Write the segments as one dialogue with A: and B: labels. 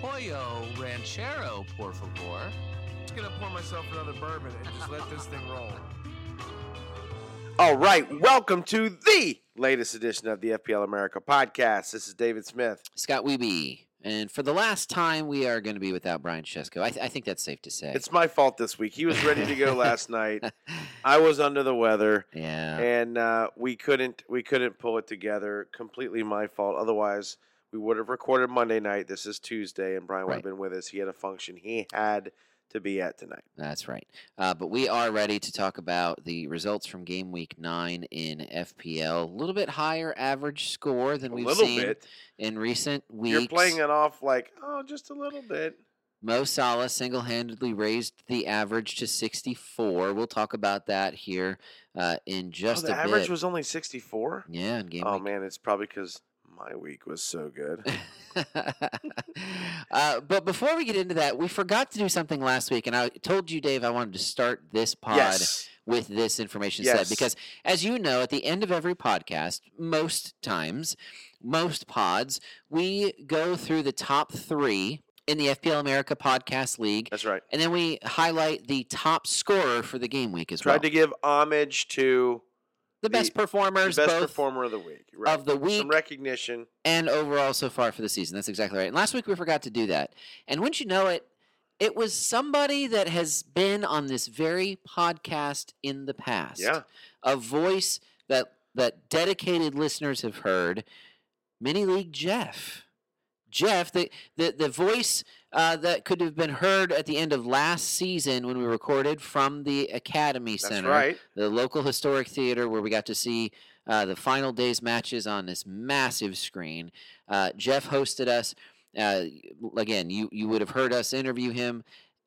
A: Pollo Ranchero, por favor.
B: I'm just gonna pour myself another bourbon and just let this thing roll.
C: All right, welcome to the latest edition of the FPL America podcast. This is David Smith.
D: Scott Weeby. And for the last time, we are going to be without Brian Chesko. I, th- I think that's safe to say.
C: It's my fault this week. He was ready to go last night. I was under the weather,
D: yeah.
C: and uh, we couldn't we couldn't pull it together. Completely my fault. Otherwise, we would have recorded Monday night. This is Tuesday, and Brian would have
D: Right.
C: been with us. He had a function he had to be at tonight.
D: That's right. Uh, but we are ready to talk about the results from game week nine in FPL. A little bit higher average score than
C: A
D: we've
C: little
D: seen
C: bit.
D: in recent weeks.
C: You're playing it off like oh, just a little bit.
D: Mo Salah single handedly raised the average to 64. We'll talk about that here uh, in
C: Oh,
D: just
C: the
D: a
C: average
D: bit.
C: was only sixty four.
D: yeah, in game
C: Oh
D: week
C: man, it's probably because my week was so good.
D: uh, but before we get into that, we forgot to do something last week, and I told you, Dave, I wanted to start this pod
C: Yes.
D: with this information
C: Yes.
D: set because, as you know, at the end of every podcast, most times, most pods, we go through the top three in the FPL America Podcast League,
C: That's right.
D: and then we highlight the top scorer for the game week as
C: Tried
D: well.
C: to give homage to
D: the best
C: the-
D: performers,
C: the best
D: both
C: performer of the week. Right.
D: of the week
C: Some recognition.
D: and overall so far for the season. That's exactly right. And last week we forgot to do that. And wouldn't you know it, it was somebody that has been on this very podcast in the past.
C: Yeah.
D: A voice that that dedicated listeners have heard. Mini League Jeff. Jeff, the the, the voice uh, that could have been heard at the end of last season when we recorded from the Academy
C: That's
D: Center
C: right.
D: the local historic theater where we got to see uh, the final day's matches on this massive screen. Uh, Jeff hosted us. Uh, again, you you would have heard us interview him,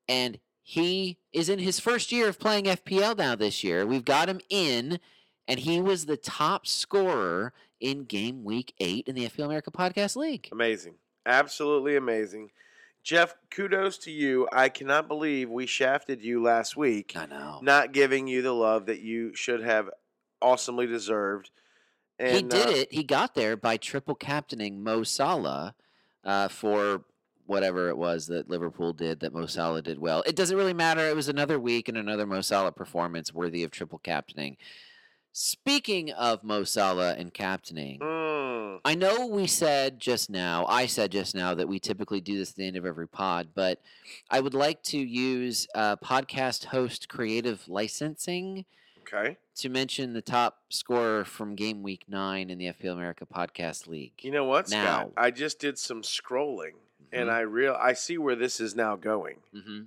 D: and he is in his first year of playing FPL now. This year, we've got him in, and he was the top scorer in game week eight in the FPL America Podcast League.
C: Amazing. Absolutely amazing. Jeff, kudos to you. I cannot believe we shafted you last week,
D: I know.
C: not giving you the love that you should have awesomely deserved. And,
D: he did
C: uh,
D: it. He got there by triple captaining Mo Salah uh, for whatever it was that Liverpool did that Mo Salah did well. It doesn't really matter. It was another week and another Mo Salah performance worthy of triple captaining. Speaking of Mo Salah and captaining,
C: Mm,
D: I know we said just now, I said just now that we typically do this at the end of every pod, but I would like to use uh, podcast host creative licensing
C: okay.
D: to mention the top scorer from game week nine in the FPL America Podcast League.
C: You know what, Scott?
D: Now.
C: I just did some scrolling,
D: Mm-hmm,
C: and I real I see where this is now going.
D: hmm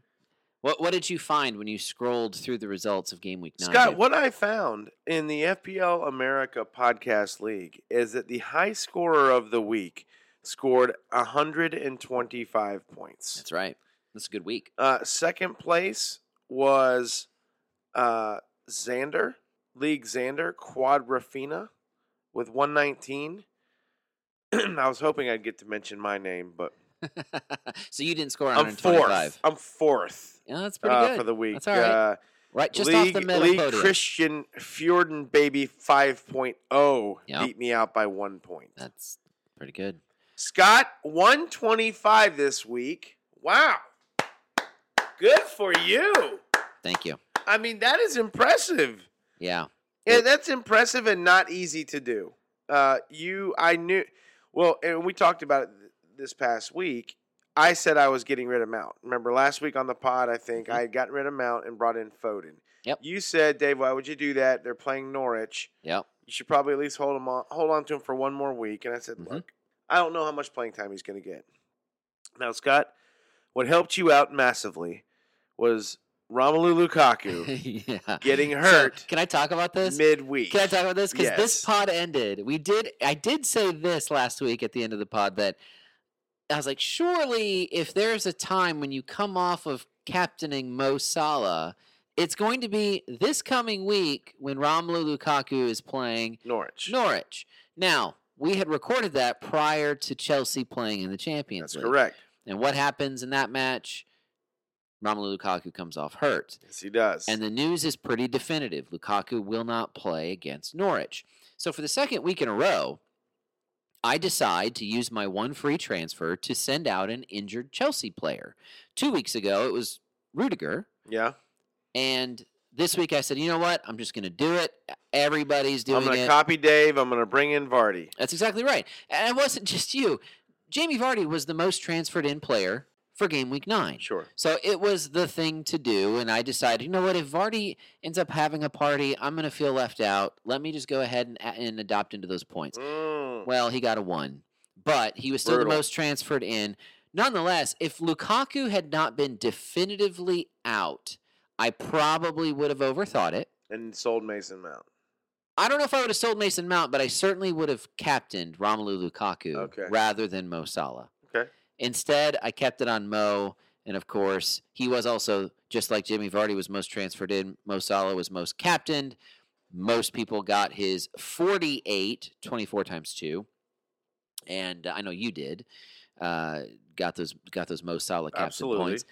D: What what did you find when you scrolled through the results of game week nine?
C: Scott,
D: Dave?
C: what I found in the FPL America Podcast League is that the high scorer of the week scored 125 points.
D: That's right. That's a good week.
C: Uh, second place was uh, Xander, League Xander, Quad Rafina with 119. I was hoping I'd get to mention my name, but
D: so you didn't score
C: I'm fourth.
D: 125.
C: I'm fourth
D: Yeah, that's pretty
C: uh,
D: good
C: for the week.
D: That's all right.
C: Uh,
D: right, just
C: League,
D: off the middle
C: League
D: podium.
C: Christian Fjordan Baby 5.0
D: Yep.
C: beat me out by one point.
D: That's pretty good.
C: Scott, 125 this week. Wow. Good for you.
D: Thank you.
C: I mean, that is impressive.
D: Yeah,
C: Yeah,
D: It-
C: that's impressive and not easy to do. Uh, you, I knew. Well, and we talked about it th- this past week. I said I was getting rid of Mount. Remember last week on the pod? I think I had gotten rid of Mount and brought in Foden.
D: Mm-hmm. Yep.
C: You said, Dave, why would you do that? They're playing Norwich.
D: Yep.
C: You should probably at least hold him on, hold on to him for one more week. And I said,
D: Mhm.
C: look, I don't know how much playing time he's going to get. Now, Scott, what helped you out massively was Romelu Lukaku
D: yeah.
C: getting
D: So,
C: hurt
D: can I talk about this?
C: midweek.
D: Can I talk about this? Because
C: Yes.
D: this pod ended. We did. I did say this last week at the end of the pod that I was like, surely if there's a time when you come off of captaining Mo Salah, it's going to be this coming week when Romelu Lukaku is playing
C: Norwich.
D: Norwich. Now we had recorded that prior to Chelsea playing in the Champions
C: That's
D: League.
C: correct.
D: And what happens in that match? Romelu Lukaku comes off hurt.
C: Yes, he does.
D: And the news is pretty definitive. Lukaku will not play against Norwich. So for the second week in a row, I decide to use my one free transfer to send out an injured Chelsea player. Two weeks ago, it was Rudiger.
C: yeah.
D: And this week, I said, you know what? I'm just going to do it. Everybody's doing
C: I'm going to
D: it.
C: copy Dave. I'm going to bring in Vardy.
D: That's exactly right. And it wasn't just you. Jamie Vardy was the most transferred in player for game week nine.
C: Sure.
D: So it was the thing to do, and I decided, you know what? If Vardy ends up having a party, I'm going to feel left out. Let me just go ahead and, and adopt into those points.
C: Mm.
D: Well, he got a one, but he was still
C: Brutal.
D: the most transferred in. Nonetheless, if Lukaku had not been definitively out, I probably would have overthought it.
C: And sold Mason Mount.
D: I don't know if I would have sold Mason Mount, but I certainly would have captained Romelu Lukaku
C: Okay.
D: rather than Mo Salah.
C: Okay.
D: Instead, I kept it on Mo, and of course, he was also just like Jimmy Vardy was most transferred in. Mo Salah was most captained. Most people got his 48, 24 times two, and uh, I know you did. Uh, got those got those Mo Salah captain
C: Absolutely.
D: points.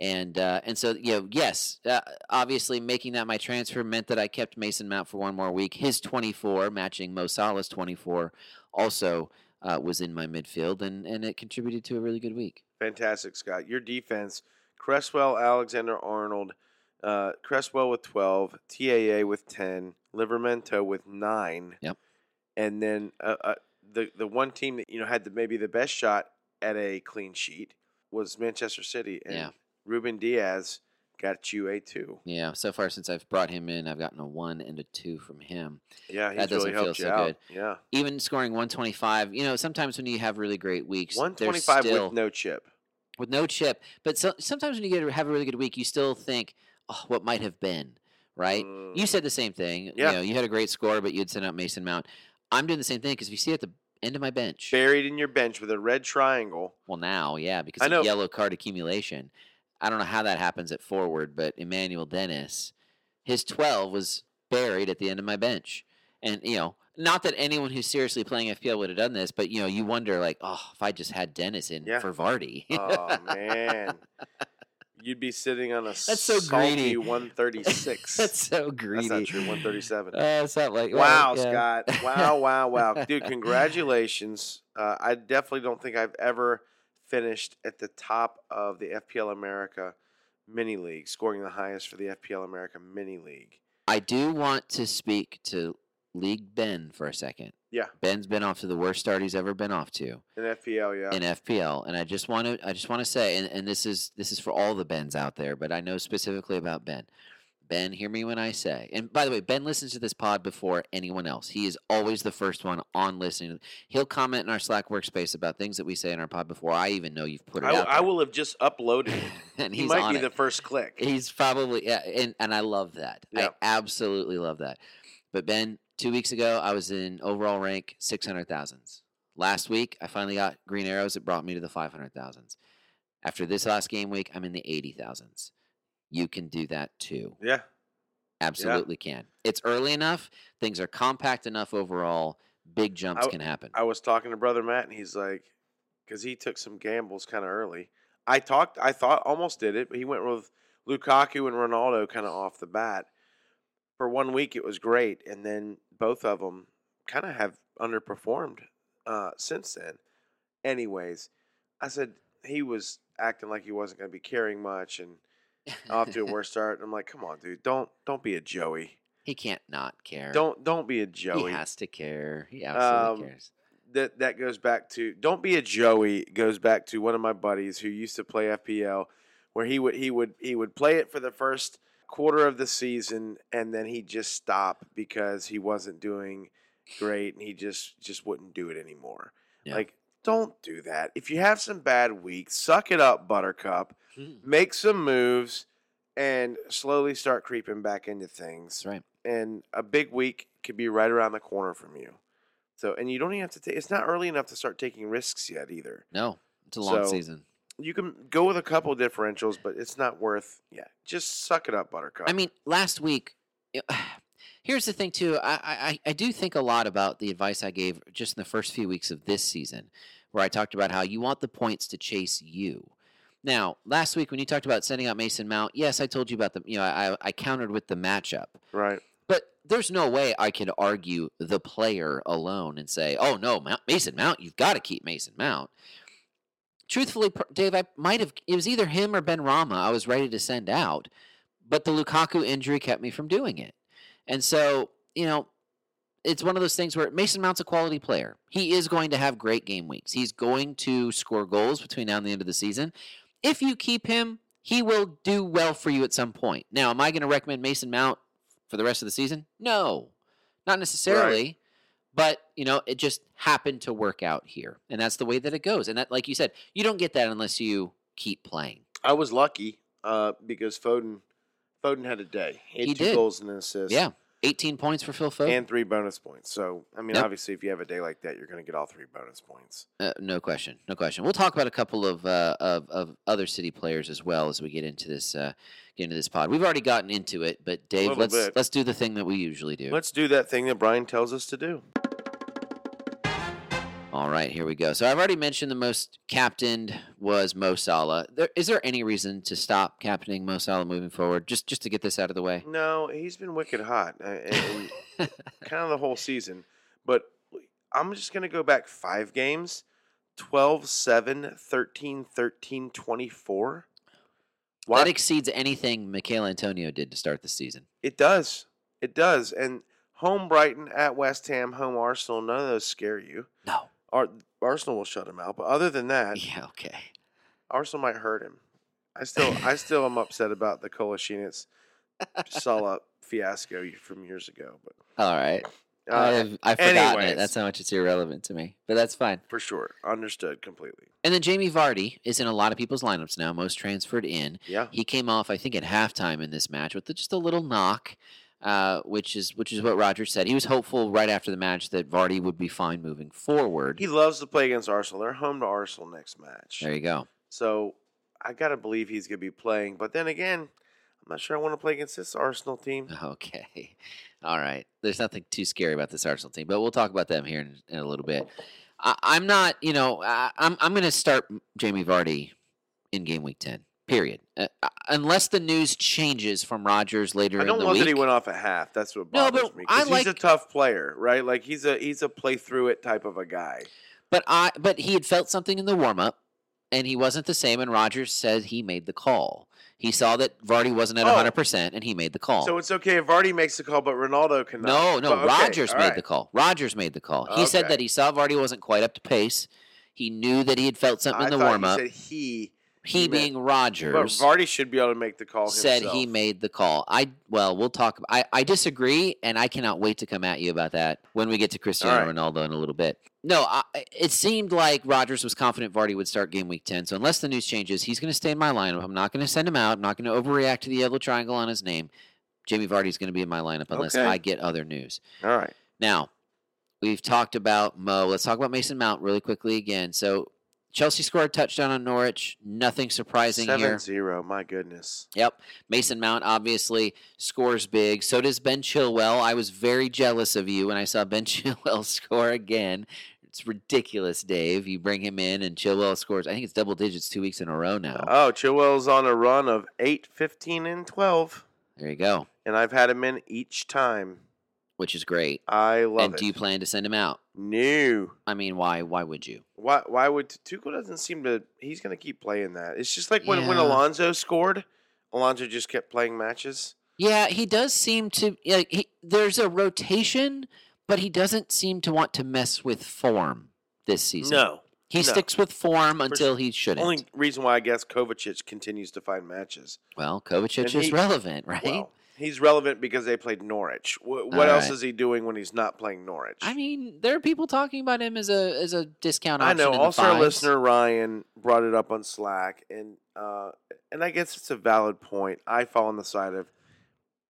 D: And uh, and so you know, yes, uh, obviously making that my transfer meant that I kept Mason Mount for one more week. His 24 matching Mo Salah's 24 also uh, was in my midfield, and and it contributed to a really good week.
C: Fantastic, Scott. Your defense: Cresswell, Alexander Arnold, uh, Cresswell with twelve, TAA with ten, Livermento with nine.
D: Yep.
C: And then uh, uh, the the one team that you know had the, maybe the best shot at a clean sheet was Manchester City, and
D: Yeah.
C: Ruben Diaz got you a two.
D: Yeah, so far since I've brought him in, I've gotten a one and a two from him.
C: Yeah, he's
D: That
C: really
D: doesn't feel
C: helped you
D: so
C: out.
D: good.
C: Yeah,
D: Even scoring 125, you know, sometimes when you have really great weeks, there's
C: one twenty five
D: still,
C: with no chip.
D: with no chip. But so, sometimes when you get have a really good week, you still think, oh, what might have been, right? You
C: Mm.
D: said the same thing.
C: Yeah.
D: You know, you had a great score, but you'd sent out Mason Mount. I'm doing the same thing because if you see at the end of my bench,
C: Mm. buried in your bench with a red triangle.
D: well, now, yeah, because
C: I know.
D: of yellow card accumulation. I don't know how that happens at forward, but Emmanuel Dennis, his 12 was buried at the end of my bench. And, you know, not that anyone who's seriously playing FPL would have done this, but, you know, you wonder, like, oh, if I just had Dennis in
C: Yeah.
D: for Vardy.
C: Oh man, you'd be sitting on a
D: That's so greedy.
C: One thirty six.
D: That's so greedy.
C: not true. One thirty seven.
D: Uh, it's not like
C: wow,
D: well, yeah.
C: Scott. Wow, wow, wow, dude. Congratulations. Uh, I definitely don't think I've ever finished at the top of the FPL America mini league, scoring the highest for the FPL America mini league.
D: I do want to speak to League Ben for a second.
C: Yeah,
D: Ben's been off to the worst start he's ever been off to
C: in FPL. Yeah,
D: in FPL, and I just want to I just want to say, and, and this is this is for all the Bens out there, but I know specifically about Ben. Ben, hear me when I say. And by the way, Ben listens to this pod before anyone else. He is always the first one on listening. He'll comment in our Slack workspace about things that we say in our pod before I even know you've put it
C: I,
D: out.
C: I
D: there.
C: will have just uploaded. it.
D: and
C: He
D: he's
C: might
D: on
C: be
D: it.
C: the first click.
D: He's probably yeah, and and I love that.
C: Yeah.
D: I absolutely love that. But Ben, two weeks ago, I was in overall rank six hundred thousands. Last week, I finally got green arrows that brought me to the five hundred thousands. After this last game week, I'm in the eighty thousands. You can do that too.
C: yeah,
D: Absolutely can. It's early enough. Things are compact enough overall. Big jumps
C: w-
D: can happen.
C: I was talking to brother Matt, and he's like, because he took some gambles kind of early. I talked, I thought almost did it, but he went with Lukaku and Ronaldo kind of off the bat. For one week, it was great, and then both of them kind of have underperformed uh, since then. Anyways, I said he was acting like he wasn't going to be carrying much and off to a worse start. And I'm like, come on, dude, don't don't be a Joey.
D: he can't not care.
C: Don't don't be a
D: he
C: Joey
D: has to care. He absolutely
C: Um,
D: cares.
C: that that goes back to don't be a Joey goes back to one of my buddies who used to play FPL where he would he would he would play it for the first quarter of the season, and then he just stopped because he wasn't doing great, and he just just wouldn't do it anymore.
D: Yeah.
C: Like, don't do that. If you have some bad weeks, suck it up, Buttercup.
D: Mhm.
C: Make some moves, and slowly start creeping back into things.
D: That's right.
C: And a big week could be right around the corner from you. So, and you don't even have to take. It's not early enough to start taking risks yet either.
D: No, it's a long
C: So-
D: season.
C: You can go with a couple differentials, but it's not worth. Yeah, just suck it up, Buttercup.
D: I mean, last week. y- Here's the thing, too. I, I- I, I do think a lot about the advice I gave just in the first few weeks of this season, where I talked about how you want the points to chase you. Now, last week when you talked about sending out Mason Mount, yes, I told you about the, you know, I, I countered with the matchup.
C: right?
D: But there's no way I could argue the player alone and say, "Oh no, Mount, Mason Mount, you've got to keep Mason Mount." Truthfully, pr- Dave, I might have. It was either him or Ben Rama. I was ready to send out, but the Lukaku injury kept me from doing it. And so, you know, it's one of those things where Mason Mount's a quality player. He is going to have great game weeks. He's going to score goals between now and the end of the season. If you keep him, he will do well for you at some point. Now, am I going to recommend Mason Mount for the rest of the season? No, not necessarily. But you know, it just happened to work out here, and that's the way that it goes. And that, like you said, you don't get that unless you keep playing.
C: I was lucky uh, because Foden Foden had a day. He had
D: He
C: two
D: did.
C: goals and an assist.
D: Yeah, 18 points for Phil Foden,
C: And three bonus points. So, I mean,
D: Yep.
C: obviously, if you have a day like that, you're going to get all three bonus points.
D: uh, no question, no question. We'll talk about a couple of, uh, of of other city players as well as we get into this uh, get into this pod. We've already gotten into it, but Dave,
C: little
D: let's
C: bit.
D: let's do the thing that we usually do.
C: Let's do that thing that Brian tells us to do.
D: All right, here we go. So I've already mentioned the most captained was Mo Salah. There, is there any reason to stop captaining Mo Salah moving forward? Just just to get this out of the way.
C: No, he's been wicked hot, uh, and, and kind of the whole season. But I'm just going to go back five games 12 7, 13 13, 24. Why?
D: That exceeds anything Michael Antonio did to start the season.
C: It does. It does. And home Brighton, at West Ham, home Arsenal, none of those scare you.
D: No.
C: Ar- Arsenal will shut him out. But other than that,
D: Yeah. Okay.
C: Arsenal might hurt him. I still, I still am upset about the Kolasinac Salah fiasco y- from years ago. But
D: All right.
C: uh,
D: I have I've forgotten it.
C: anyways.
D: That's how much it's irrelevant to me. But that's fine.
C: for sure, understood completely.
D: And then Jamie Vardy is in a lot of people's lineups now. Most transferred in.
C: Yeah,
D: He came off, I think, at halftime in this match with just a little knock, uh, which is which is what Rogers said. He was hopeful right after the match that Vardy would be fine moving forward.
C: he loves to play against Arsenal. They're home to Arsenal next match,
D: There you go.
C: so I gotta believe he's gonna be playing. But then again, I'm not sure I want to play against this Arsenal team.
D: Uh, Okay. All right. There's nothing too scary about this Arsenal team, but we'll talk about them here in, in a little bit. I, I'm not, you know, I, I'm I'm going to start M- Jamie Vardy in game week ten. Period. Uh, uh, unless the news changes from Rogers later
C: I don't
D: in the
C: love
D: week.
C: that he went off at half. That's what
D: No,
C: bothers
D: but
C: me.
D: I
C: 'cause he's a
D: like-
C: tough player, right? Like he's a he's a play through it type of a guy.
D: But I but he had felt something in the warm up and he wasn't the same and Rogers said he made the call. He saw that Vardy wasn't at
C: Oh.
D: 100% and he made the call.
C: So it's okay if Vardy makes the call, but Ronaldo cannot.
D: Oh. No, no,
C: But okay,
D: Rogers
C: all
D: made
C: right.
D: the call. Rogers made the call. He said
C: Okay.
D: that he saw Vardy wasn't quite up to pace. He knew that he had felt something
C: I
D: in the
C: thought
D: warm up.
C: He said he,
D: He,
C: he meant-
D: being
C: but
D: Rogers
C: Vardy should be able to make the call.
D: said
C: himself.
D: he made the call. I well, we'll talk ab- I I disagree and I cannot wait to come at you about that when we get to Cristiano
C: right.
D: Ronaldo in a little bit. No, I, it seemed like Rogers was confident Vardy would start game week 10. So unless the news changes, he's going to stay in my lineup. I'm not going to send him out. I'm not going to overreact to the yellow triangle on his name. Jamie Vardy's going to be in my lineup unless
C: Okay.
D: I get other news.
C: All right,
D: Now, we've talked about Mo. Let's talk about Mason Mount really quickly again. So, Chelsea scored a touchdown on Norwich. Nothing surprising
C: seven
D: here.
C: zero. My goodness.
D: Yep. Mason Mount obviously scores big. So does Ben Chilwell. I was very jealous of you when I saw Ben Chilwell score again. It's ridiculous, Dave. You bring him in and Chilwell scores. I think it's double digits two weeks in a row now.
C: Oh, Chilwell's on a run of 8, 15, and twelve,
D: There you go,
C: and I've had him in each time.
D: which is great.
C: I love
D: and
C: it.
D: do you plan to send him out?
C: New.
D: I mean, why? Why would you?
C: Why? Why would Tuchel doesn't seem to? He's going to keep playing that. It's just like when when
D: Yeah.
C: Alonso scored, Alonso just kept playing matches.
D: Yeah, he does seem to. Yeah, he, there's a rotation, but he doesn't seem to want to mess with form this season. He
C: No.
D: sticks with form until
C: sure.
D: he shouldn't.
C: Only reason why I guess Kovacic continues to find matches.
D: well, Kovacic
C: And
D: is
C: he-
D: relevant, right?
C: Well, he's relevant because they played Norwich. Wh- what else
D: right.
C: is he doing when he's not playing Norwich?
D: I mean, there are people talking about him as a as a discount
C: I
D: option.
C: know.
D: in the
C: Also, our
D: fives.
C: listener Ryan brought it up on Slack, and uh, and I guess it's a valid point. I fall on the side of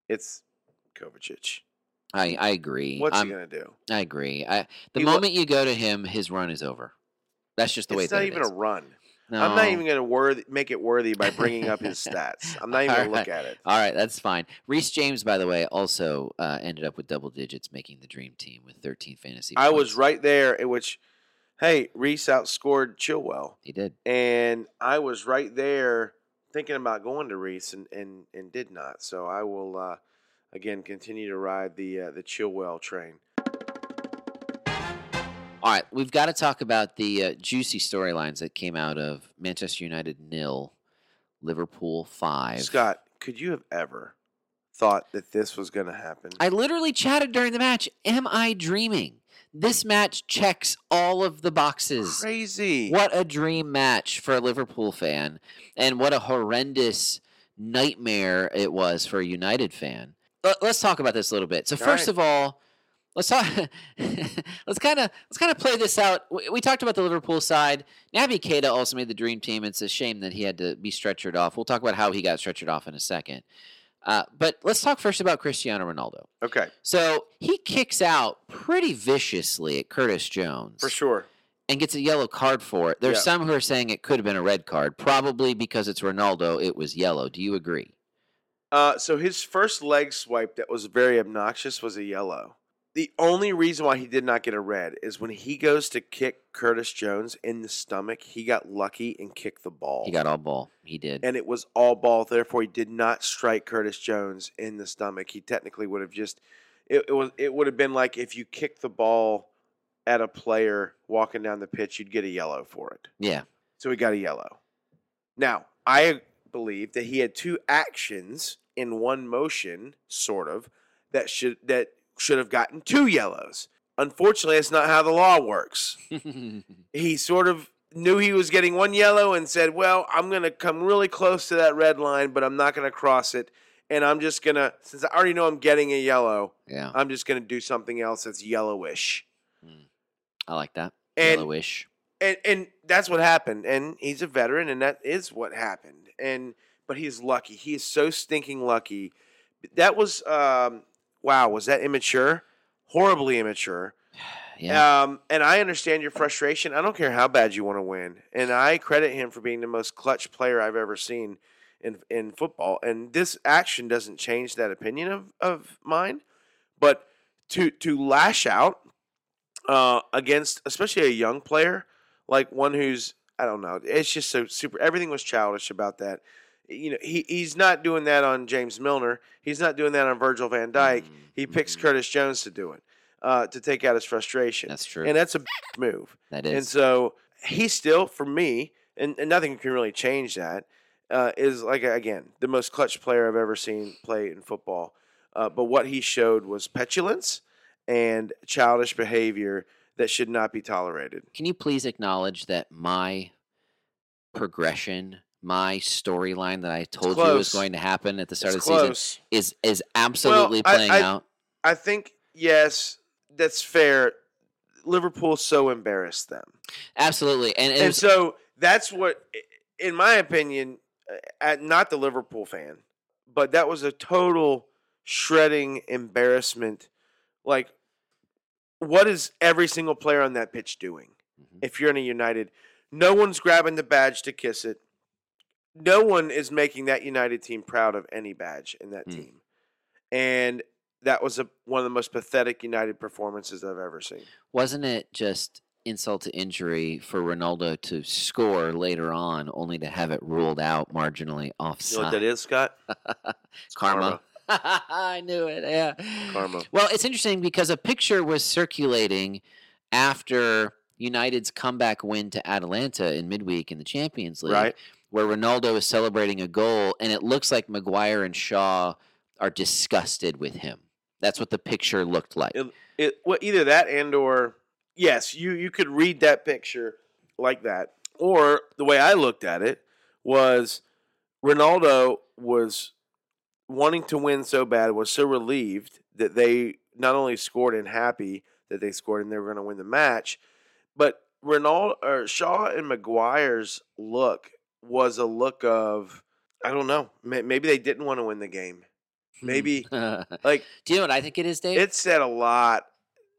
C: it's Kovacic.
D: I, I agree.
C: What's
D: I'm-
C: he gonna do?
D: I agree. I, the
C: He lo-
D: moment you go to him, his run is over. That's just the way
C: It's not
D: that it
C: even
D: is.
C: a run.
D: No.
C: I'm not even gonna worth make it worthy by bringing up his stats. I'm not even gonna look
D: Alright.
C: at it.
D: All right, that's fine. Reese James, by the way, also uh, ended up with double digits, making the dream team with 13 fantasy.
C: I was
D: points.
C: right there, in which hey Reese outscored Chilwell,
D: He did.
C: and I was right there thinking about going to Reese, and and and did not. So I will uh, again continue to ride the uh, the Chilwell train.
D: All right, we've got to talk about the uh, juicy storylines that came out of Manchester United nil, Liverpool five.
C: Scott, could you have ever thought that this was going to happen?
D: I literally chatted during the match. Am I dreaming? This match checks all of the boxes.
C: Crazy.
D: What a dream match for a Liverpool fan, and what a horrendous nightmare it was for a United fan. Let, us talk about this a little bit. So
C: All
D: first
C: right.
D: of all, let's talk. let's kind of let's kind of play this out. We, we talked about the Liverpool side. Naby Keita also made the dream team. It's a shame that he had to be stretchered off. We'll talk about how he got stretchered off in a second. Uh, but let's talk first about Cristiano Ronaldo.
C: Okay,
D: So he kicks out pretty viciously at Curtis Jones
C: for sure.
D: and gets a yellow card for it. There's
C: Yeah.
D: some who are saying it could have been a red card, probably because it's Ronaldo. It was yellow. Do you agree?
C: Uh, so his first leg swipe that was very obnoxious was a yellow. The only reason why he did not get a red is when he goes to kick Curtis Jones in the stomach, he got lucky and kicked the ball.
D: He got all ball. He did.
C: and it was all ball. Therefore, he did not strike Curtis Jones in the stomach. He technically would have just it, it was it would have been like if you kicked the ball at a player walking down the pitch, you'd get a yellow for it.
D: yeah.
C: So he got a yellow. Now I believe that he had two actions in one motion, sort of that should that should have gotten two yellows. Unfortunately, that's not how the law works he sort of knew he was getting one yellow and said, "Well, I'm going to come really close to that red line, but I'm not going to cross it, and I'm just going to since I already know I'm getting a yellow,
D: yeah.
C: I'm just going to do something else that's yellowish."
D: I like that.
C: And
D: Yellowish.
C: and and that's what happened. And he's a veteran, and that is what happened. And but he's lucky. He is so stinking lucky. That was um, wow. Was that immature? Horribly immature.
D: Yeah.
C: Um, and I understand your frustration. I don't care how bad you want to win, and I credit him for being the most clutch player I've ever seen in in football. And this action doesn't change that opinion of of mine. But to to lash out uh, against, especially a young player like one who's I don't know, it's just so super. Everything was childish about that. You know, he, he's not doing that on James Milner. He's not doing that on Virgil Van Dyke. He picks
D: Mhm.
C: Curtis Jones to do it, uh, to take out his frustration.
D: That's true.
C: And that's a move.
D: that
C: And
D: is.
C: so he still, for me, and, and nothing can really change that, uh, is like, again, the most clutch player I've ever seen play in football. Uh, but what he showed was petulance and childish behavior that should not be tolerated.
D: Can you please acknowledge that my progression, my storyline that I told you was
C: close.
D: going to happen at the start
C: It's
D: of the season
C: close.
D: is is absolutely
C: I-
D: playing
C: I-
D: out?
C: I think, yes, that's fair. Liverpool so embarrassed them.
D: Absolutely. And, and, it
C: and
D: was-
C: so that's what, in my opinion, uh, at not the Liverpool fan, but that was a total shredding embarrassment. Like, what is every single player on that pitch doing?
D: Mhm.
C: If you're in a United, no one's grabbing the badge to kiss it. No one is making that United team proud of any badge in that
D: Mm.
C: team, and that was a, one of the most pathetic United performances I've ever seen.
D: wasn't it just insult to injury for Ronaldo to score later on, only to have it ruled out marginally
C: You know what that
D: offside?
C: is, Scott?
D: Karma. I knew it. Yeah.
C: Karma.
D: Well, it's interesting because a picture was circulating after United's comeback win to Atalanta in midweek in the Champions League,
C: Right.
D: where Ronaldo is celebrating a goal, and it looks like Maguire and Shaw are disgusted with him. That's what the picture looked like.
C: it, well, either that and or yes, you you could read that picture like that. Or the way I looked at it was Ronaldo was wanting to win so bad, was so relieved that they not only scored and happy that they scored and they were going to win the match, but Ronaldo or Shaw and Maguire's look was a look of I don't know. may- Maybe they didn't want to win the game.
D: Hmm.
C: Maybe
D: Do
C: like
D: you know what I think it is, Dave?
C: it said a lot.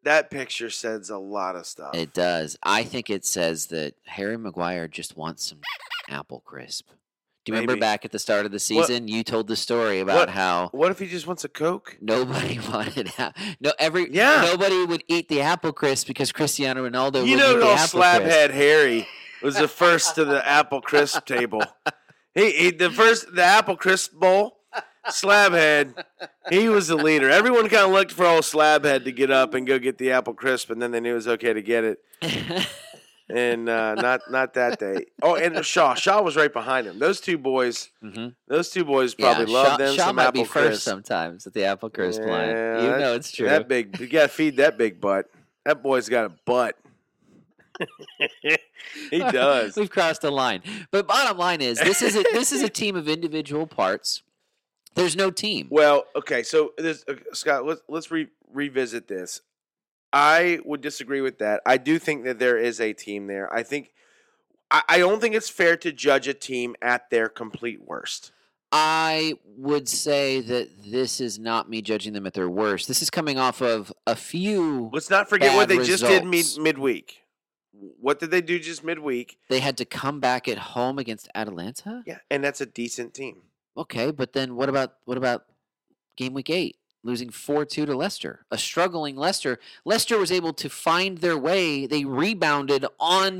C: That picture says a lot of stuff.
D: It does. I think it says that Harry Maguire just wants some apple crisp. Do you remember
C: Maybe.
D: back at the start of the season, you told the story about
C: What-
D: how
C: What if he just wants a Coke?
D: nobody wanted a- no every
C: Yeah.
D: nobody would eat the apple crisp because Cristiano Ronaldo
C: you
D: would
C: know,
D: eat the
C: little
D: apple crisp.
C: slabhead Harry was the first to the apple crisp table. He, he the first the apple crisp bowl. Slabhead, he was the leader. Everyone kind of looked for old Slabhead to get up and go get the apple crisp, and then they knew it was okay to get it. And uh, not not that day. Oh, and Shaw, Shaw was right behind him. Those two boys,
D: hmm
C: those two boys mm-hmm, probably love
D: Shaw,
C: them
D: Shaw
C: some
D: might
C: apple
D: be first
C: crisp.
D: sometimes at the apple crisp line.
C: Yeah,
D: You
C: that-
D: know it's true.
C: That big, you gotta feed that big butt. That boy's got a butt. he does.
D: We've crossed the line. But bottom line is this is a, this is a team of individual parts. There's no team.
C: Well, okay, so this, okay, Scott, let's let's re- revisit this. I would disagree with that. I do think that there is a team there. I think I, I don't think it's fair to judge a team at their complete worst.
D: I would say that this is not me judging them at their worst. This is coming off of a few.
C: Let's not forget what
D: Bad
C: they just did mid-
D: results.
C: midweek. What did they do just midweek?
D: They had to come back at home against Atalanta.
C: Yeah, and that's a decent team.
D: Okay, but then what about what about game week eight, losing four two to Leicester, a struggling Leicester. Leicester was able to find their way. They rebounded on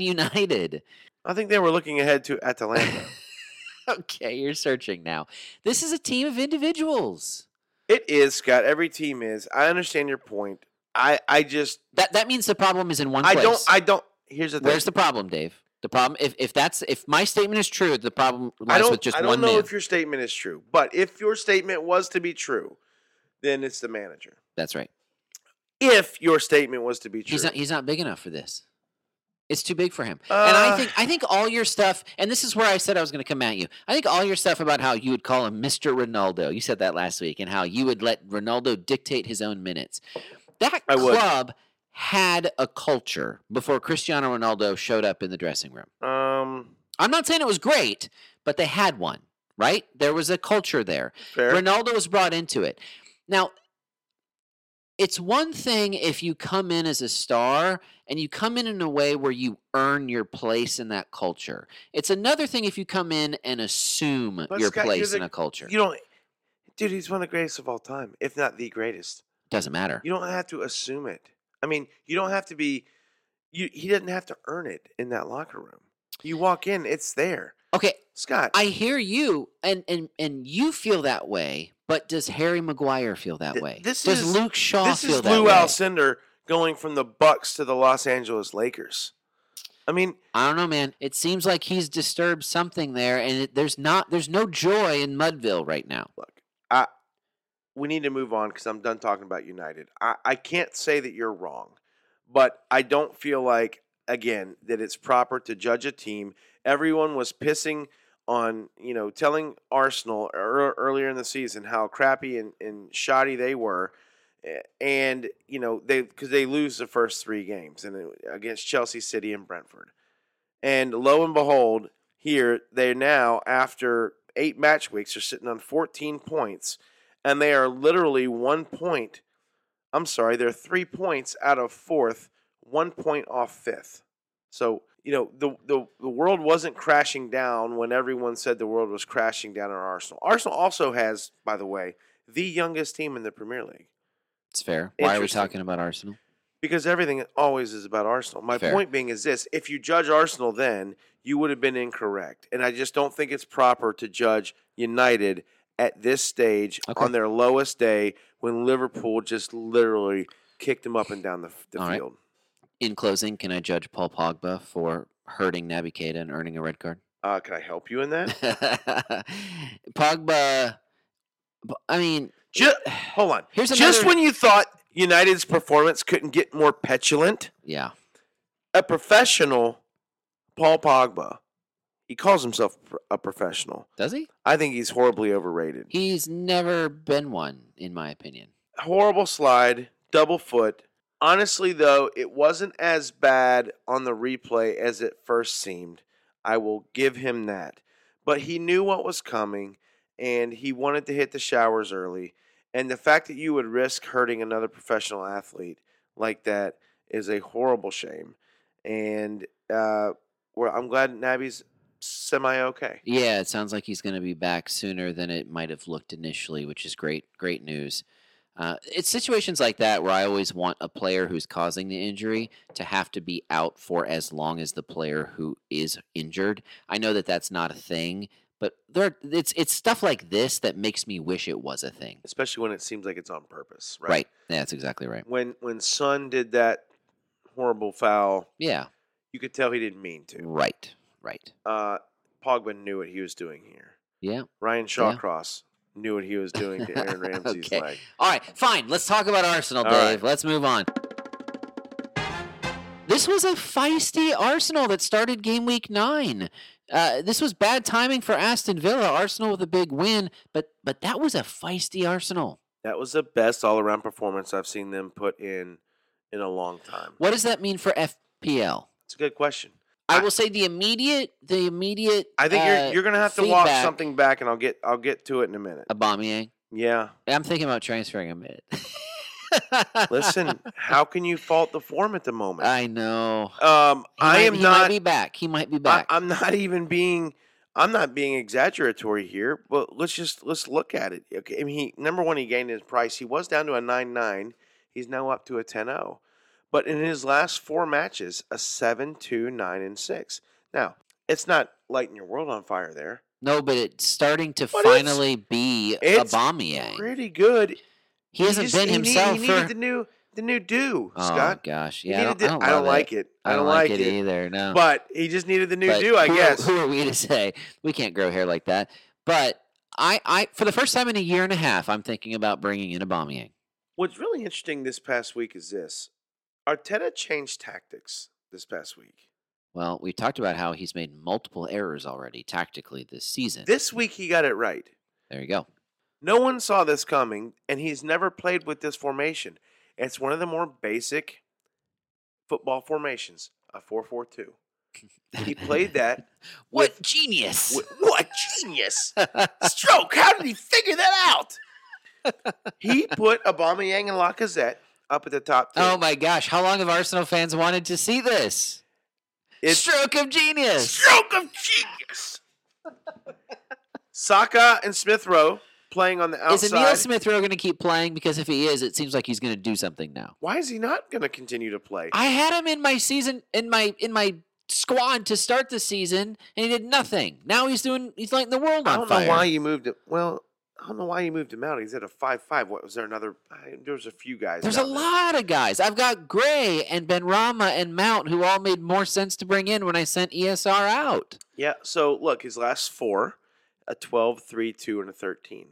D: United.
C: I think they were looking ahead to Atalanta.
D: okay, you're searching now. This is a team of individuals.
C: It is, Scott. Every team is. I understand your point. I, I just
D: That that means the problem is in one
C: I
D: place.
C: don't I don't here's the thing.
D: Where's the problem, Dave? The problem if, if that's if my statement is true, the problem
C: I
D: lies
C: don't
D: with just
C: I don't
D: one
C: know
D: man.
C: if your statement is true, but if your statement was to be true, then it's the manager.
D: That's right.
C: If your statement was to be true.
D: He's not he's not big enough for this. It's too big for him. and I
C: Uh,
D: think I think all your stuff and this is where I said I was going to come at you. I think all your stuff about how you would call him Mr. Ronaldo. You said that last week and how you would let Ronaldo dictate his own minutes. That
C: I would.
D: club had a culture before Cristiano Ronaldo showed up in the dressing room.
C: um
D: I'm not saying it was great, but they had one, right? There was a culture there.
C: fair.
D: Ronaldo was brought into it. Now, it's one thing if you come in as a star and you come in in a way where you earn your place in that culture. It's another thing if you come in and assume
C: But
D: your
C: Scott, you're
D: place in
C: the-
D: a culture.
C: you don't dude, he's one of the greatest of all time, if not the greatest.
D: Doesn't matter.
C: You don't have to assume it. I mean, you don't have to be you he doesn't have to earn it in that locker room. You walk in, it's there.
D: okay,
C: Scott,
D: I hear you, and and and you feel that way. But does Harry Maguire feel that
C: Th-
D: way?
C: this
D: does
C: is-
D: Luke Shaw
C: this
D: feel
C: is
D: that
C: Lou
D: way?
C: Alcindor going from the Bucks to the Los Angeles Lakers. I mean,
D: I don't know, man. It seems like he's disturbed something there, and it, there's not there's no joy in Mudville right now.
C: we need to move on because I'm done talking about United. I, I can't say that you're wrong, but I don't feel like again that it's proper to judge a team. Everyone was pissing on you know telling Arsenal ear- earlier in the season how crappy and, and shoddy they were. a- And you know they because they lose the first three games and it- against Chelsea City and Brentford, and lo and behold, here they're now after eight match weeks are sitting on 14 points and they are literally one point. I'm sorry, they're three points out of fourth, one point off fifth. So you know the the, the world wasn't crashing down when everyone said the world was crashing down on Arsenal. Arsenal also has, by the way, the youngest team in the Premier League
D: It's fair. Why are we
C: Interesting.
D: talking about Arsenal?
C: because everything always is about Arsenal. My
D: Fair.
C: point being is this: if you judge Arsenal, then you would have been incorrect, and I just don't think it's proper to judge United at this stage
D: Okay.
C: on their lowest day when Liverpool just literally kicked them up and down the, f- the
D: All right.
C: field.
D: In closing, can I judge Paul Pogba for hurting Naby Keita and earning a red card?
C: Uh, can I help you in that?
D: Pogba, b- I mean,
C: Ju- hold on.
D: here's another.
C: Just when you thought United's performance couldn't get more petulant,
D: yeah,
C: a professional Paul Pogba. He calls himself pr- a professional.
D: Does he?
C: I think he's horribly overrated.
D: He's never been one, in my opinion.
C: horrible slide, double foot. Honestly, though, it wasn't as bad on the replay as it first seemed. I will give him that. But he knew what was coming and he wanted to hit the showers early. And the fact that you would risk hurting another professional athlete like that is a horrible shame. And uh, well, I'm glad Nabby's semi okay.
D: Yeah, it sounds like he's going to be back sooner than it might have looked initially, which is great, great news. Uh, it's situations like that where I always want a player who's causing the injury to have to be out for as long as the player who is injured. I know that that's not a thing, but there, it's it's stuff like this that makes me wish it was a thing.
C: Especially when it seems like it's on purpose,
D: Right? Yeah, that's exactly right.
C: When when Sun did that horrible foul,
D: Yeah.
C: you could tell he didn't mean to.
D: Right. Right.
C: Uh, Pogba knew what he was doing here.
D: Yeah.
C: Ryan
D: Yeah.
C: Shawcross knew what he was doing to Aaron Ramsey's
D: Okay.
C: leg.
D: All right, fine. Let's talk about Arsenal,
C: All right.
D: Dave. Let's move on. This was a feisty Arsenal that started game week nine. Uh, this was bad timing for Aston Villa. Arsenal with a big win, but but that was a feisty Arsenal.
C: That was the best all around performance I've seen them put in in a long time.
D: What does that mean for FPL?
C: It's a good question.
D: I
C: I-
D: will say the immediate the immediate.
C: I think
D: uh,
C: you're you're gonna have to watch
D: feedback- Oh.
C: something back, and I'll get I'll get to it in a minute.
D: Aubameyang.
C: Yeah,
D: I'm thinking about transferring him.
C: listen, how can you fault the form at the moment?
D: I know.
C: um,
D: He
C: I
D: might-
C: am
D: he Might
C: not.
D: be back. He might be
C: I,
D: back.
C: I'm not even being I'm not being exaggeratory here, but let's just let's look at it. Okay, I mean, he number one, he gained his price. He was down to a nine nine. He's now up to a 10-0. But in his last four matches, a 7-2, 9 and 6. Now, it's not lighting your world on fire there.
D: No, but it's starting to
C: But it's-
D: finally be
C: it's
D: Aubameyang.
C: Pretty good.
D: he hasn't
C: just-
D: been
C: he need-
D: himself
C: he
D: for.
C: needed the new the new do,
D: oh
C: Scott.
D: gosh,
C: He
D: yeah, I
C: needed
D: don't,
C: the-
D: I don't, love
C: like it. I don't like it.
D: either. No,
C: But he just needed the new
D: But
C: do, I
D: who are-
C: guess.
D: who are we to say we can't grow hair like that? But I, I, for the first time in a year and a half, I'm thinking about bringing in Aubameyang.
C: What's really interesting this past week is this: Arteta changed tactics this past week.
D: Well, we've talked about how he's made multiple errors already tactically this season.
C: This week he got it right.
D: there you go.
C: No one saw this coming, and he's never played with this formation. It's one of the more basic football formations, a four-four-two. He played that.
D: What
C: with-
D: genius!
C: Wh- What genius! Stroke, how did he figure that out? He put Aubameyang and Lacazette up at the top.
D: oh
C: two.
D: my gosh, how long have Arsenal fans wanted to see this?
C: It's-
D: Stroke of genius.
C: Stroke of genius. Saka and Smith Rowe playing on the
D: Is Emil
C: outside.
D: Smith Rowe going to keep playing? Because if he is, it seems like he's going to do something now.
C: Why is he not going to continue to play?
D: I had him in my season in my in my squad to start the season, and he did nothing. Now he's doing he's lighting the world
C: I
D: on
C: don't
D: fire.
C: know why you moved him. Well, I don't know why you moved him out. He's at a five-five. What was there another? I, there was a few guys.
D: There's a
C: down there.
D: lot of guys. I've got Gray and Ben Rama and Mount, who all made more sense to bring in when I sent ESR out.
C: Yeah. So look, his last four, a 12, 3, 2, and a 13.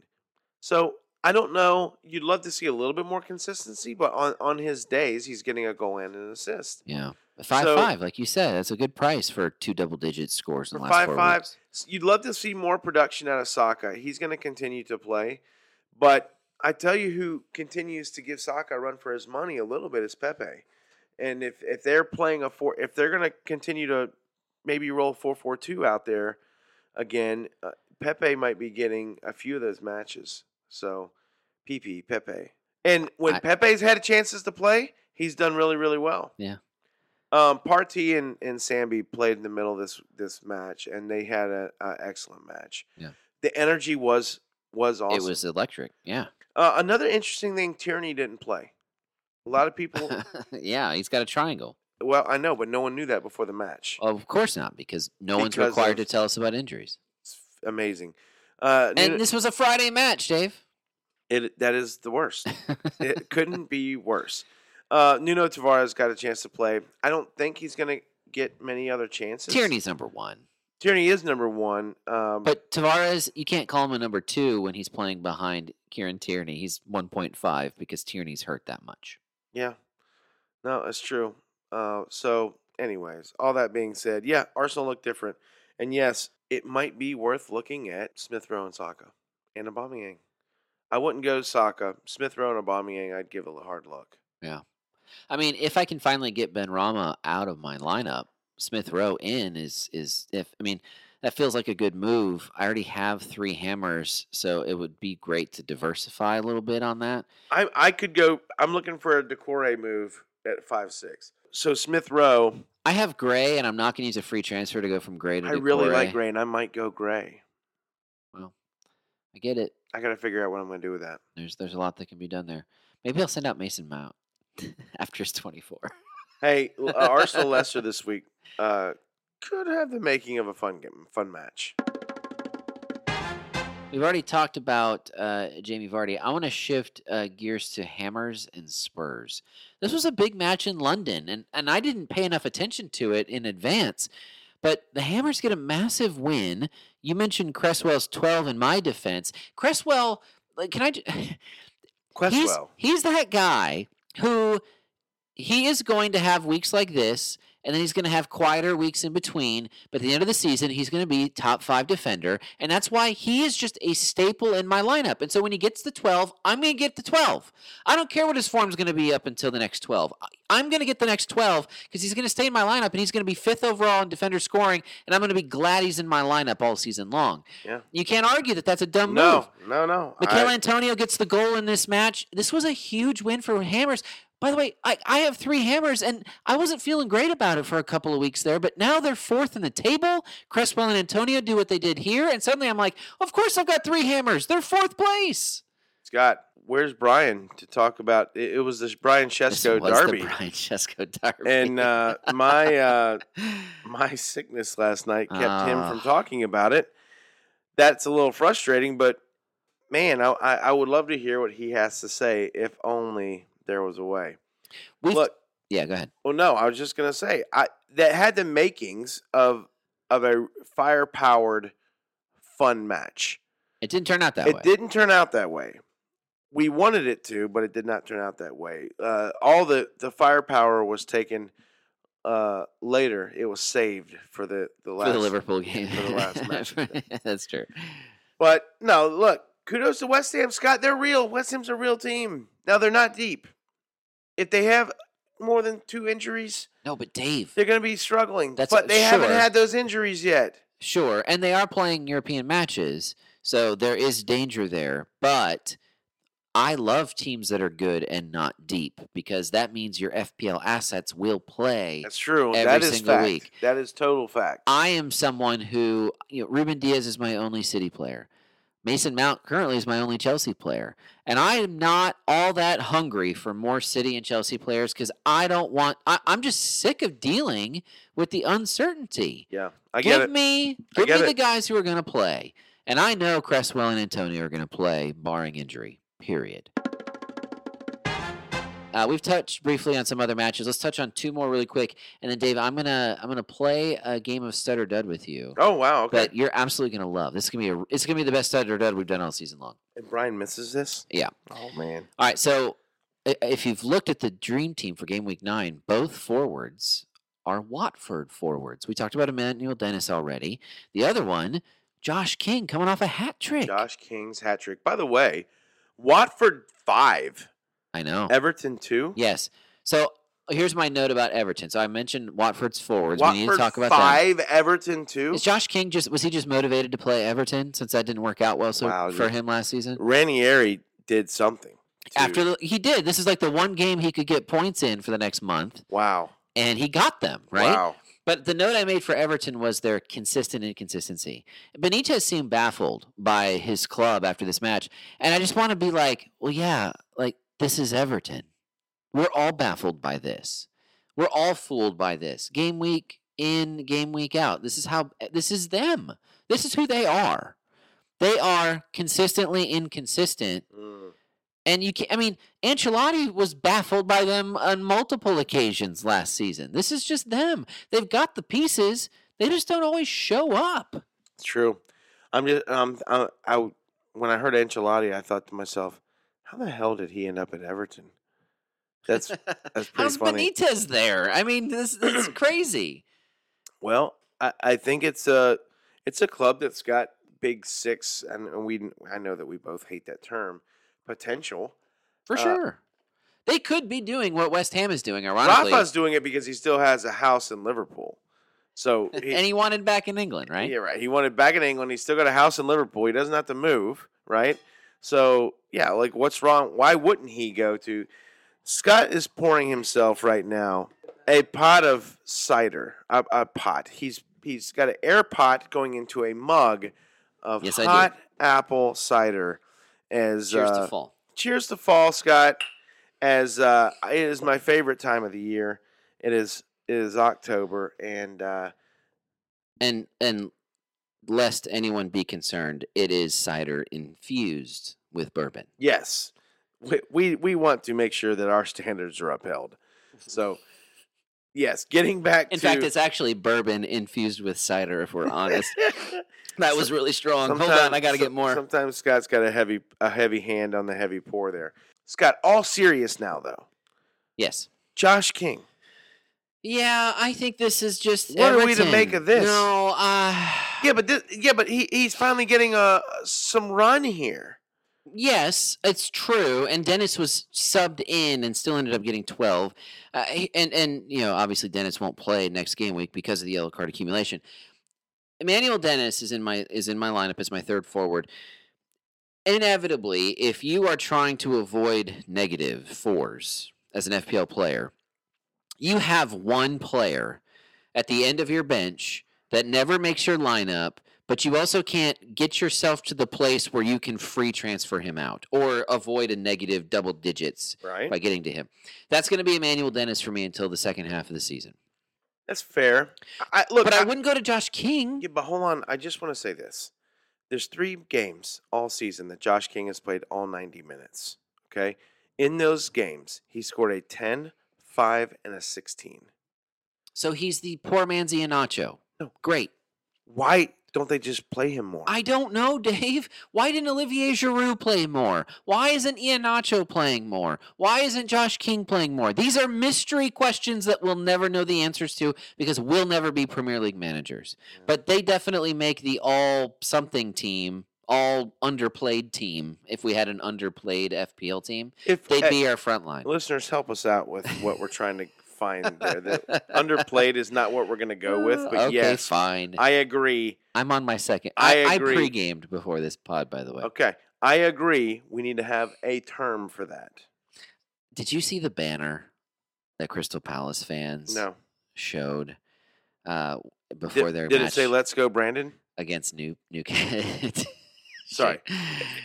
C: So I don't know. You'd love to see a little bit more consistency, but on, on his days, he's getting a goal and an assist.
D: Yeah, five five, like you said, that's a good price for two double digit scores in
C: For
D: the last
C: five
D: four
C: five,
D: weeks.
C: s- you'd love to see more production out of Saka. He's going to continue to play, but I tell you who continues to give Saka a run for his money a little bit is Pepe. And if if they're playing a four, if they're going to continue to maybe roll four four two out there again, uh, Pepe might be getting a few of those matches. So, PP Pepe, and when
D: I-
C: Pepe's had chances to play, he's done really really well.
D: Yeah.
C: Um, Partey and, and Sambi played in the middle of this this match, and they had an excellent match.
D: Yeah.
C: The energy was was awesome.
D: It was electric. Yeah,
C: uh, another interesting thing. Tierney didn't play. A lot of people.
D: yeah, he's got a triangle.
C: well, I know, but no one knew that before the match.
D: Of course not, because no one's
C: Because
D: required
C: of-
D: to tell us about injuries.
C: It's amazing. Uh,
D: And
C: Nuno-
D: this was a Friday match, Dave.
C: it, that is the worst. it couldn't be worse. Uh, Nuno Tavares got a chance to play. I don't think he's going to get many other chances.
D: Tierney's number one,
C: Tierney is number one. Um,
D: but Tavares, you can't call him a number two when he's playing behind Kieran Tierney. He's one point five because Tierney's hurt that much.
C: Yeah. No, that's true. Uh, so Anyways, all that being said, yeah, Arsenal looked different. And yes, it might be worth looking at Smith Rowe and Saka and Aubameyang. I wouldn't go Saka, Smith Rowe and Aubameyang. I'd give it a hard look.
D: I mean, if I can finally get Ben Rama out of my lineup, Smith Rowe in is is if I mean that feels like a good move. I already have three hammers, so it would be great to diversify a little bit on that.
C: I I could go. I'm looking for a Decore move at five six. So Smith Rowe,
D: I have Gray, and I'm not going to use a free transfer to go from Gray to.
C: I really like
D: Decore.
C: Gray, and I might go Gray.
D: I get it.
C: I got to figure out what I'm going to do with that.
D: There's there's a lot that can be done there. Maybe I'll send out Mason Mount after his 24.
C: Hey, L- uh, Arsenal Leicester this week uh, could have the making of a fun game, fun match.
D: We've already talked about uh, Jamie Vardy. I want to shift uh, gears to Hammers and Spurs. This was a big match in London, and, and I didn't pay enough attention to it in advance. But the Hammers get a massive win. You mentioned Cresswell's 12 in my defense. Cresswell, like, can I? j- he's,
C: Cresswell.
D: he's that guy who he is going to have weeks like this, and then he's going to have quieter weeks in between. But at the end of the season, he's going to be top five defender, and that's why he is just a staple in my lineup. And so when he gets the twelve, I'm going to get the twelve. I don't care what his form's going to be up until the next twelve. I- I'm going to get the next twelve because he's going to stay in my lineup, and he's going to be fifth overall in defender scoring, and I'm going to be glad he's in my lineup all season long.
C: Yeah.
D: you can't argue that that's a dumb move.
C: No, no, no.
D: Mikel
C: I-
D: Antonio gets the goal in this match. This was a huge win for Hammers. By the way, I, I have three hammers, and I wasn't feeling great about it for a couple of weeks there, but now they're fourth in the table. Cresswell and Antonio do what they did here, and suddenly I'm like, of course I've got three hammers. They're fourth place.
C: Scott, where's Brian to talk about? It, it was this Brian
D: This
C: Chesko
D: was the
C: derby,
D: Brian Chesko Derby.
C: and uh, my uh, my sickness last night kept him from
D: Ah.
C: talking about it. That's a little frustrating, but man, I, I I would love to hear what he has to say. If only there was a way.
D: We've-
C: Look,
D: yeah, go ahead.
C: well, no, I was just gonna say I that had the makings of of a fire powered fun match.
D: It didn't turn out that
C: it
D: way.
C: didn't turn out that way. We wanted it to, but it did not turn out that way. Uh, all the, the firepower was taken uh, later. It was saved for the, the last.
D: for the Liverpool game.
C: for the last match of
D: That's true.
C: But no, look, kudos to West Ham, Scott. They're real. West Ham's a real team. Now, they're not deep. If they have more than two injuries,
D: No, but Dave,
C: they're going to be struggling.
D: That's-
C: but they haven't
D: sure.
C: had those injuries yet.
D: Sure, and they are playing European matches, so there is danger there. But I love teams that are good and not deep because that means your FPL assets will play.
C: That's true.
D: E Every
C: that is
D: single
C: fact.
D: week.
C: That is total fact.
D: I am someone who, you know, Ruben Diaz is my only City player. Mason Mount currently is my only Chelsea player. And I am not all that hungry for more City and Chelsea players because I don't want, I, I'm just sick of dealing with the uncertainty
C: yeah, I get
D: give
C: it.
D: me give
C: get
D: me the
C: it.
D: guys who are going to play. And I know Cresswell and Antonio are going to play, barring injury. Period. Uh, we've touched briefly on some other matches. Let's touch on two more really quick, and then Dave, I'm gonna I'm gonna play a game of Stud or Dud with you
C: Oh, wow. Okay.
D: that you're absolutely gonna love. This is gonna be a, it's gonna be the best Stud or Dud we've done all season long.
C: And Brian misses this?
D: Yeah.
C: Oh man.
D: All right, so i- if you've looked at the dream team for game week nine, both forwards are Watford forwards. We talked about Emmanuel Dennis already. The other one, Josh King, coming off a hat trick.
C: Josh King's hat trick. By the way, Watford five,
D: I know.
C: Everton two.
D: Yes. So here's my note about Everton. So I mentioned Watford's forwards. we need to
C: Watford
D: talk about that.
C: five, Everton two.
D: Is Josh King just was he just motivated to play Everton since that didn't work out well so
C: Wow,
D: for
C: dude.
D: him last season?
C: Ranieri did something. to-
D: After the, he did, this is like the one game he could get points in for the next month,
C: wow,
D: and he got them right.
C: wow,
D: But the note I made for Everton was their consistent inconsistency. Benitez seemed baffled by his club after this match. And I just want to be like, well, yeah, like this is Everton. We're all baffled by this. We're all fooled by this. Game week in, game week out. This is how, this is them. This is who they are. They are consistently inconsistent.
C: Mm,
D: And you can I mean, Ancelotti was baffled by them on multiple occasions last season. This is just them. They've got the pieces. They just don't always show up.
C: it's true. I'm just um I, I when I heard Ancelotti, I thought to myself, how the hell did he end up at Everton? That's that's pretty
D: How's
C: funny.
D: Benitez there? I mean, this, this is crazy.
C: Well, I, I think it's a it's a club that's got big six, and and we I know that we both hate that term potential.
D: For
C: Uh,
D: sure. They could be doing what West Ham is doing, ironically.
C: Rafa's doing it because he still has a house in Liverpool, so he,
D: and he wanted back in England, right?
C: yeah, right. He wanted back in England. He's still got a house in Liverpool. He doesn't have to move, right? So yeah, like what's wrong? Why wouldn't he go to? Scott is pouring himself right now a pot of cider, a, a pot. He's he's got an air pot going into a mug of
D: Yes, I do.
C: hot apple cider. As
D: Cheers
C: uh,
D: to fall.
C: cheers to fall, Scott. As uh, it is my favorite time of the year. It is it is October, and uh,
D: And and lest anyone be concerned, it is cider infused with bourbon.
C: Yes. We, we we want to make sure that our standards are upheld. So yes, getting back
D: In
C: to
D: fact, it's actually bourbon infused with cider. If we're honest, that was really strong. Hold on,
C: Sometime-
D: I got to
C: so-
D: get more.
C: Sometimes Scott's got a heavy a heavy hand on the heavy pour there. Scott, all serious now though.
D: yes.
C: Josh King.
D: Yeah, I think this is just.
C: What are we to make
D: Everton.
C: of this?
D: No, uh,
C: Yeah, but this, yeah, but he, he's finally getting uh some run here.
D: yes, it's true. And Dennis was subbed in and still ended up getting twelve. Uh, he- and and you know, obviously Dennis won't play next game week because of the yellow card accumulation. Emmanuel Dennis is in my is in my lineup as my third forward. Inevitably, if you are trying to avoid negative fours as an FPL player, you have one player at the end of your bench that never makes your lineup, but you also can't get yourself to the place where you can free transfer him out or avoid a negative double digits
C: Right.
D: by getting to him. That's going to be Emmanuel Dennis for me until the second half of the season.
C: That's fair. I, look,
D: but I,
C: I-
D: wouldn't go to Josh King.
C: Yeah, but hold on. I just want to say this. There's three games all season that Josh King has played all 90 minutes. Okay. In those games, he scored a 10, 5, and a 16.
D: So he's the poor man's Iannaccio.
C: No.
D: Great.
C: Why don't they just play him more?
D: I don't know, Dave. Why didn't Olivier Giroud play more? Why isn't Iannaccio playing more? Why isn't Josh King playing more? These are mystery questions that we'll never know the answers to because we'll never be Premier League managers. But they definitely make the all something team, all underplayed team. If we had an underplayed FPL team,
C: if
D: they'd
C: eh,
D: be our front line.
C: listeners help us out with what we're trying to find there. The underplayed is not what we're going to go with, but
D: Uh, okay,
C: yes,
D: fine.
C: I agree.
D: I'm on my second.
C: I
D: I, I,
C: agree.
D: pre-gamed before this pod, by the way.
C: Okay. I agree. We need to have a term for that.
D: Did you see the banner that Crystal Palace fans
C: No.
D: showed uh, before
C: Did,
D: their
C: did it
D: match
C: say let's go, Brandon?
D: against New Newcastle?
C: Sorry.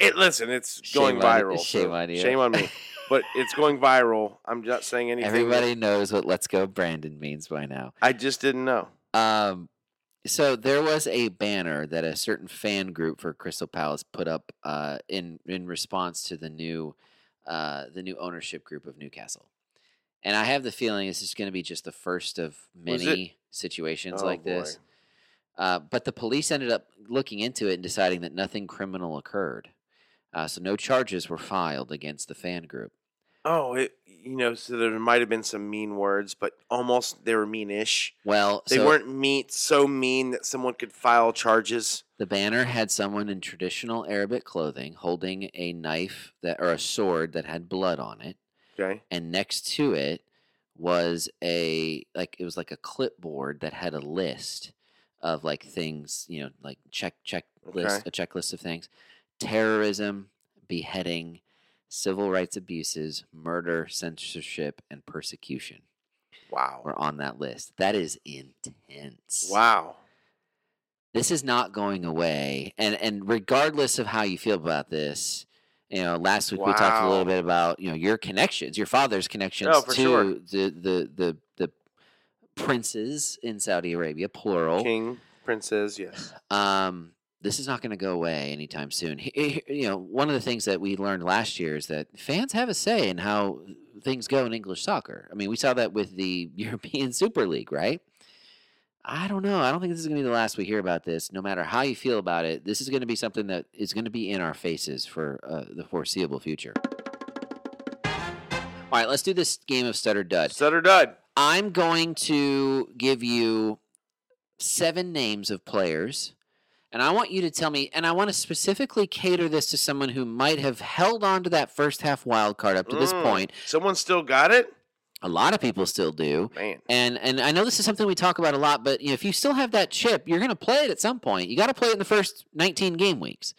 C: It listen, it's
D: Shame
C: going
D: on-
C: viral.
D: shame
C: so
D: on you.
C: Shame on me. But it's going viral. I'm not saying anything. that-
D: Everybody knows what "Let's Go Brandon" means by now.
C: I just didn't know.
D: Um, so there was a banner that a certain fan group for Crystal Palace put up uh, in in response to the new uh, the new ownership group of Newcastle, and I have the feeling this is going to be just the first of
C: Was it-
D: many situations
C: Oh,
D: like
C: boy.
D: this. Uh, but the police ended up looking into it and deciding that nothing criminal occurred, uh, so no charges were filed against the fan group.
C: Oh, it, you know, so there might have been some mean words, but almost they were mean-ish.
D: Well,
C: They
D: so
C: weren't mean, so mean that someone could file charges.
D: The banner had someone in traditional Arabic clothing holding a knife that or a sword that had blood on it,
C: Okay.
D: and next to it was a like it was like a clipboard that had a list of like things, you know, like check check list
C: Okay.
D: a checklist of things. Terrorism, beheading, civil rights abuses, murder, censorship, and persecution
C: Wow.
D: were on that list. That is intense
C: Wow.
D: this is not going away and and regardless of how you feel about this you know last week we talked a
C: Wow.
D: little bit about you know your connections your father's connections
C: Oh, for
D: to
C: sure.
D: the, the the the princes in saudi arabia plural
C: King, princes, yes.
D: um, this is not going to go away anytime soon. He- he- he- you know, one of the things that we learned last year is that fans have a say in how things go in English soccer. I mean, we saw that with the European Super League, right? I don't know. I don't think this is going to be the last we hear about this. No matter how you feel about it, this is going to be something that is going to be in our faces for uh, the foreseeable future. All right, let's do this game of stutter dud.
C: Sutter Dud.
D: I'm going to give you seven names of players, and I want you to tell me, and I want to specifically cater this to someone who might have held on to that first half wild card up to this
C: Mm.
D: point.
C: Someone still got it?
D: A lot of people still do.
C: Man.
D: And and I know this is something we talk about a lot, but you know, if you still have that chip, you're going to play it at some point. You got to play it in the first 19 game weeks.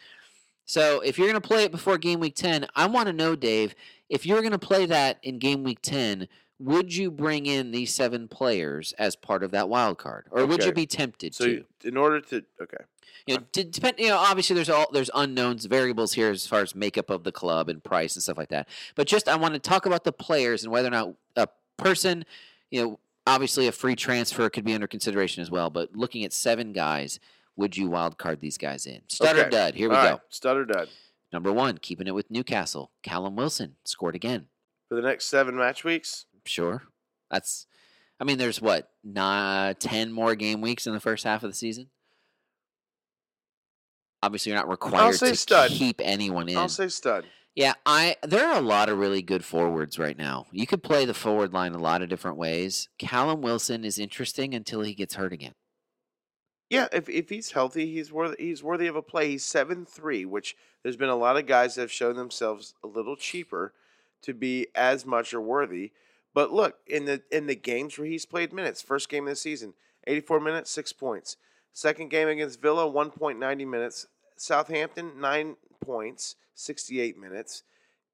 D: So if you're going to play it before game week 10, I want to know, Dave, if you're going to play that in game week 10, would you bring in these seven players as part of that wild card, or would you
C: Okay.
D: be tempted
C: So
D: to?
C: you- in order to okay.
D: You know, d- depend, you know, obviously there's all there's unknowns, variables here as far as makeup of the club and price and stuff like that. But just I want to talk about the players and whether or not a person, you know, obviously a free transfer could be under consideration as well. But looking at seven guys, would you wild card these guys in? Stutter
C: Okay.
D: dud. Here we
C: All
D: go.
C: right, Stutter Dud.
D: Number one, keeping it with Newcastle. Callum Wilson scored again.
C: For the next seven match weeks,
D: Sure, that's. I mean, there's what nah, ten more game weeks in the first half of the season. Obviously, you're not required
C: say
D: to
C: stud.
D: keep anyone in.
C: I'll say stud.
D: yeah, I there are a lot of really good forwards right now. You could play the forward line a lot of different ways. Callum Wilson is interesting until he gets hurt again.
C: Yeah, if, if he's healthy, he's worth he's worthy of a play. He's seven three, which there's been a lot of guys that have shown themselves a little cheaper to be as much or worthy. But look, in the in the games where he's played minutes, first game of the season, eighty four minutes, six points. Second game against Villa, one point ninety minutes. Southampton, nine points, sixty eight minutes.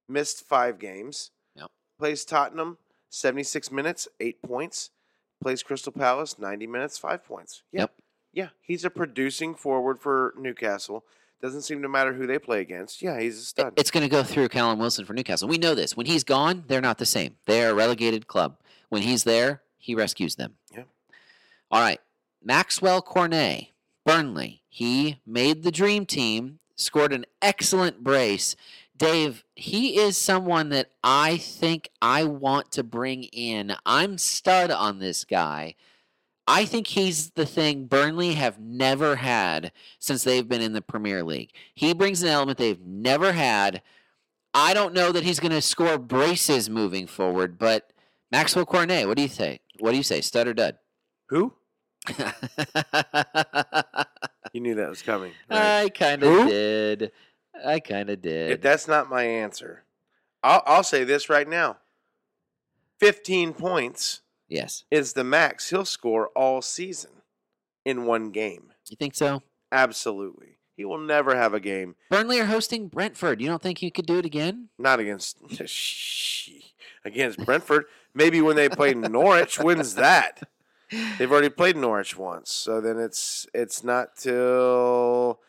C: Missed five games.
D: Yep.
C: Plays Tottenham, seventy six minutes, eight points. Plays Crystal Palace, ninety minutes, five points. Yeah.
D: Yep.
C: Yeah, he's a producing forward for Newcastle. Doesn't seem to matter who they play against. Yeah, he's a
D: It-
C: stud.
D: It's going to go through Callum Wilson for Newcastle. We know this. When he's gone, they're not the same. They are a relegated club. When he's there, he rescues them.
C: Yeah.
D: All right. Maxwell Cornet, Burnley. He made the dream team, scored an excellent brace. Dave, he is someone that I think I want to bring in. I'm stud on this guy. I think he's the thing Burnley have never had since they've been in the Premier League. He brings an element they've never had. I don't know that he's going to score braces moving forward, but Maxwell Cornet, what do you say? What do you say, stud or dud?
C: who?
D: I
C: You knew that was coming.
D: Uh,
C: Right?
D: kind
C: Who?
D: of did. I kind of
C: if
D: did.
C: that's not my answer, I'll, I'll say this right now 15 points
D: yes,
C: is the max he'll score all season in one game.
D: you think so?
C: Absolutely. He will never have a game
D: Burnley are hosting Brentford. You don't think he could do it again?
C: not against against Brentford. Maybe when they play Norwich, when's that? They've already played Norwich once, so then it's it's not till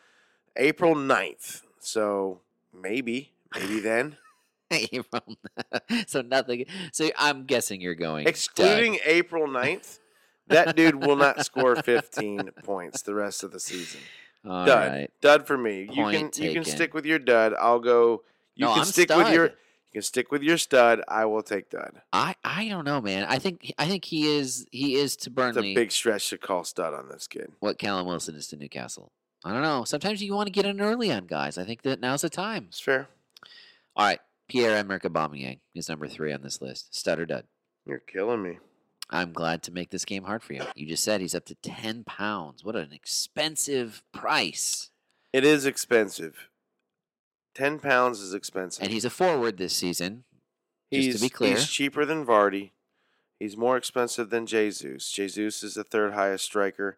C: April 9th. So maybe, maybe then,
D: April- so nothing. So I'm guessing you're going dud.
C: excluding April 9th, that dude will not score 15 points the rest of the season.
D: All
C: dud,
D: right.
C: dud for me. you can
D: Point
C: you can
D: taken.
C: stick with your dud. I'll go. You
D: No,
C: can
D: I'm
C: stick with your
D: stud.
C: you can stick with your stud. I will take dud.
D: I I don't know, man. I think I think he is he is to
C: It's a
D: Burnley
C: big stretch to call stud on this kid.
D: what Callum Wilson is to Newcastle. I don't know. Sometimes you want to get in early on guys. I think that now's the time.
C: It's fair.
D: All right, Pierre Emerick Aubameyang is number three on this list. Stutter dud.
C: You're killing me.
D: I'm glad to make this game hard for you. You just said he's up to ten pounds. What an expensive price!
C: It is expensive. Ten pounds is expensive.
D: And he's a forward this season.
C: he's,
D: just to be clear,
C: he's cheaper than Vardy. He's more expensive than Jesus. Jesus is the third highest striker.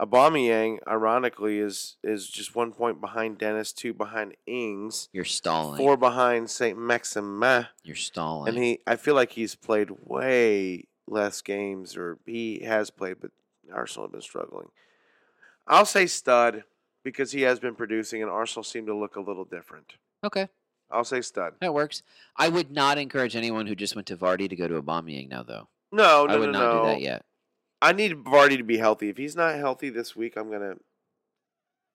C: Aubameyang, ironically, is is just one point behind Dennis, two behind Ings,
D: you're stalling.
C: four behind Saint Maximin.
D: You're stalling.
C: And he, I feel like he's played way less games, or he has played, but Arsenal have been struggling. I'll say stud because he has been producing, and Arsenal seem to look a little different.
D: okay,
C: I'll say stud.
D: that works. I would not encourage anyone who just went to Vardy to go to Aubameyang now, though.
C: Oh, No, no,
D: I would
C: no,
D: not
C: no.
D: do that yet.
C: I need Vardy to be healthy. If he's not healthy this week, I'm gonna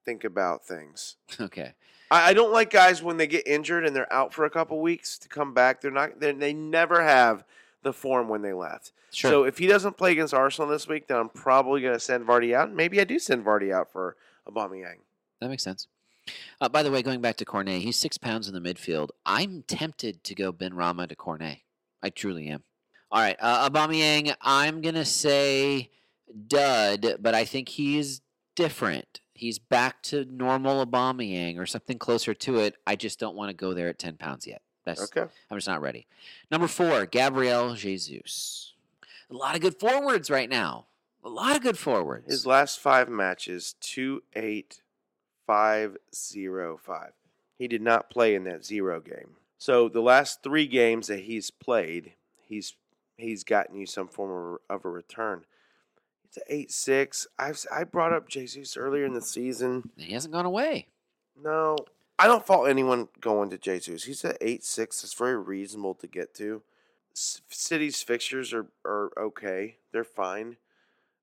C: think about things.
D: Okay.
C: I, I don't like guys when they get injured and they're out for a couple weeks to come back. They're not. They're, they never have the form when they left.
D: Sure.
C: So if he doesn't play against Arsenal this week, then I'm probably going to send Vardy out. Maybe I do send Vardy out for Aubameyang.
D: That makes sense. Uh, by the way, going back to Cornet, he's six pounds in the midfield. I'm tempted to go Ben Rama to Cornet. I truly am. All right, uh, Aubameyang. I'm gonna say dud, but I think he is different. He's back to normal Aubameyang or something closer to it. I just don't want to go there at ten pounds yet. That's
C: Okay.
D: I'm just not ready. Number four, Gabriel Jesus. A lot of good forwards right now. A lot of good forwards.
C: His last five matches, two eight, five zero five. He did not play in that zero game. So the last three games that he's played, he's he's gotten you some form of, of a return. It's an eight six. I've s- I brought up Jesus earlier in the season.
D: he hasn't gone away.
C: No, I don't fault anyone going to Jesus. He's at eight six. It's very reasonable to get to. S- City's fixtures are are okay. They're fine.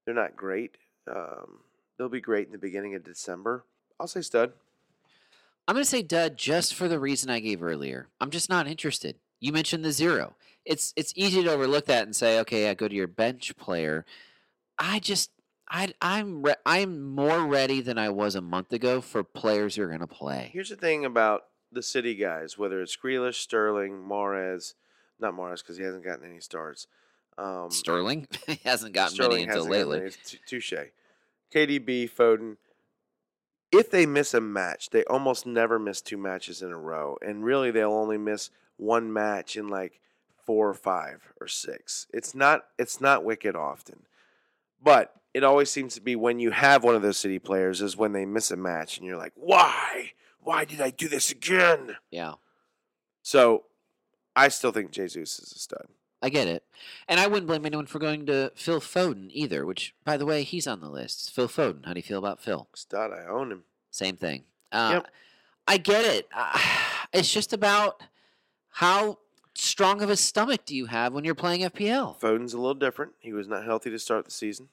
C: They're not great. Um, they'll be great in the beginning of December. I'll say stud.
D: I'm going to say dud just for the reason I gave earlier. I'm just not interested. You mentioned the zero. It's it's easy to overlook that and say, okay, I go to your bench player. I just I I'm re- I'm more ready than I was a month ago for players who are going to play.
C: Here's the thing about the City guys, whether it's Grealish, Sterling, Mares, not Mares because he hasn't gotten any starts. Um,
D: Sterling he hasn't gotten many until
C: hasn't gotten
D: lately.
C: many. It's t- Touche. KDB, Foden. If they miss a match, they almost never miss two matches in a row, and really they'll only miss one match in like four or five or six. It's not it's not wicked often, but it always seems to be when you have one of those city players is when they miss a match, and you're like, why? Why did I do this again?
D: Yeah.
C: So, I still think Jesus is a stud.
D: I get it. And I wouldn't blame anyone for going to Phil Foden either, which by the way, he's on the list. Phil Foden. How do you feel about Phil?
C: Stud, I own him.
D: Same thing. Uh,
C: Yep.
D: I get it. Uh, it's just about how strong of a stomach do you have when you're playing FPL?
C: Foden's a little different. He was not healthy to start the season,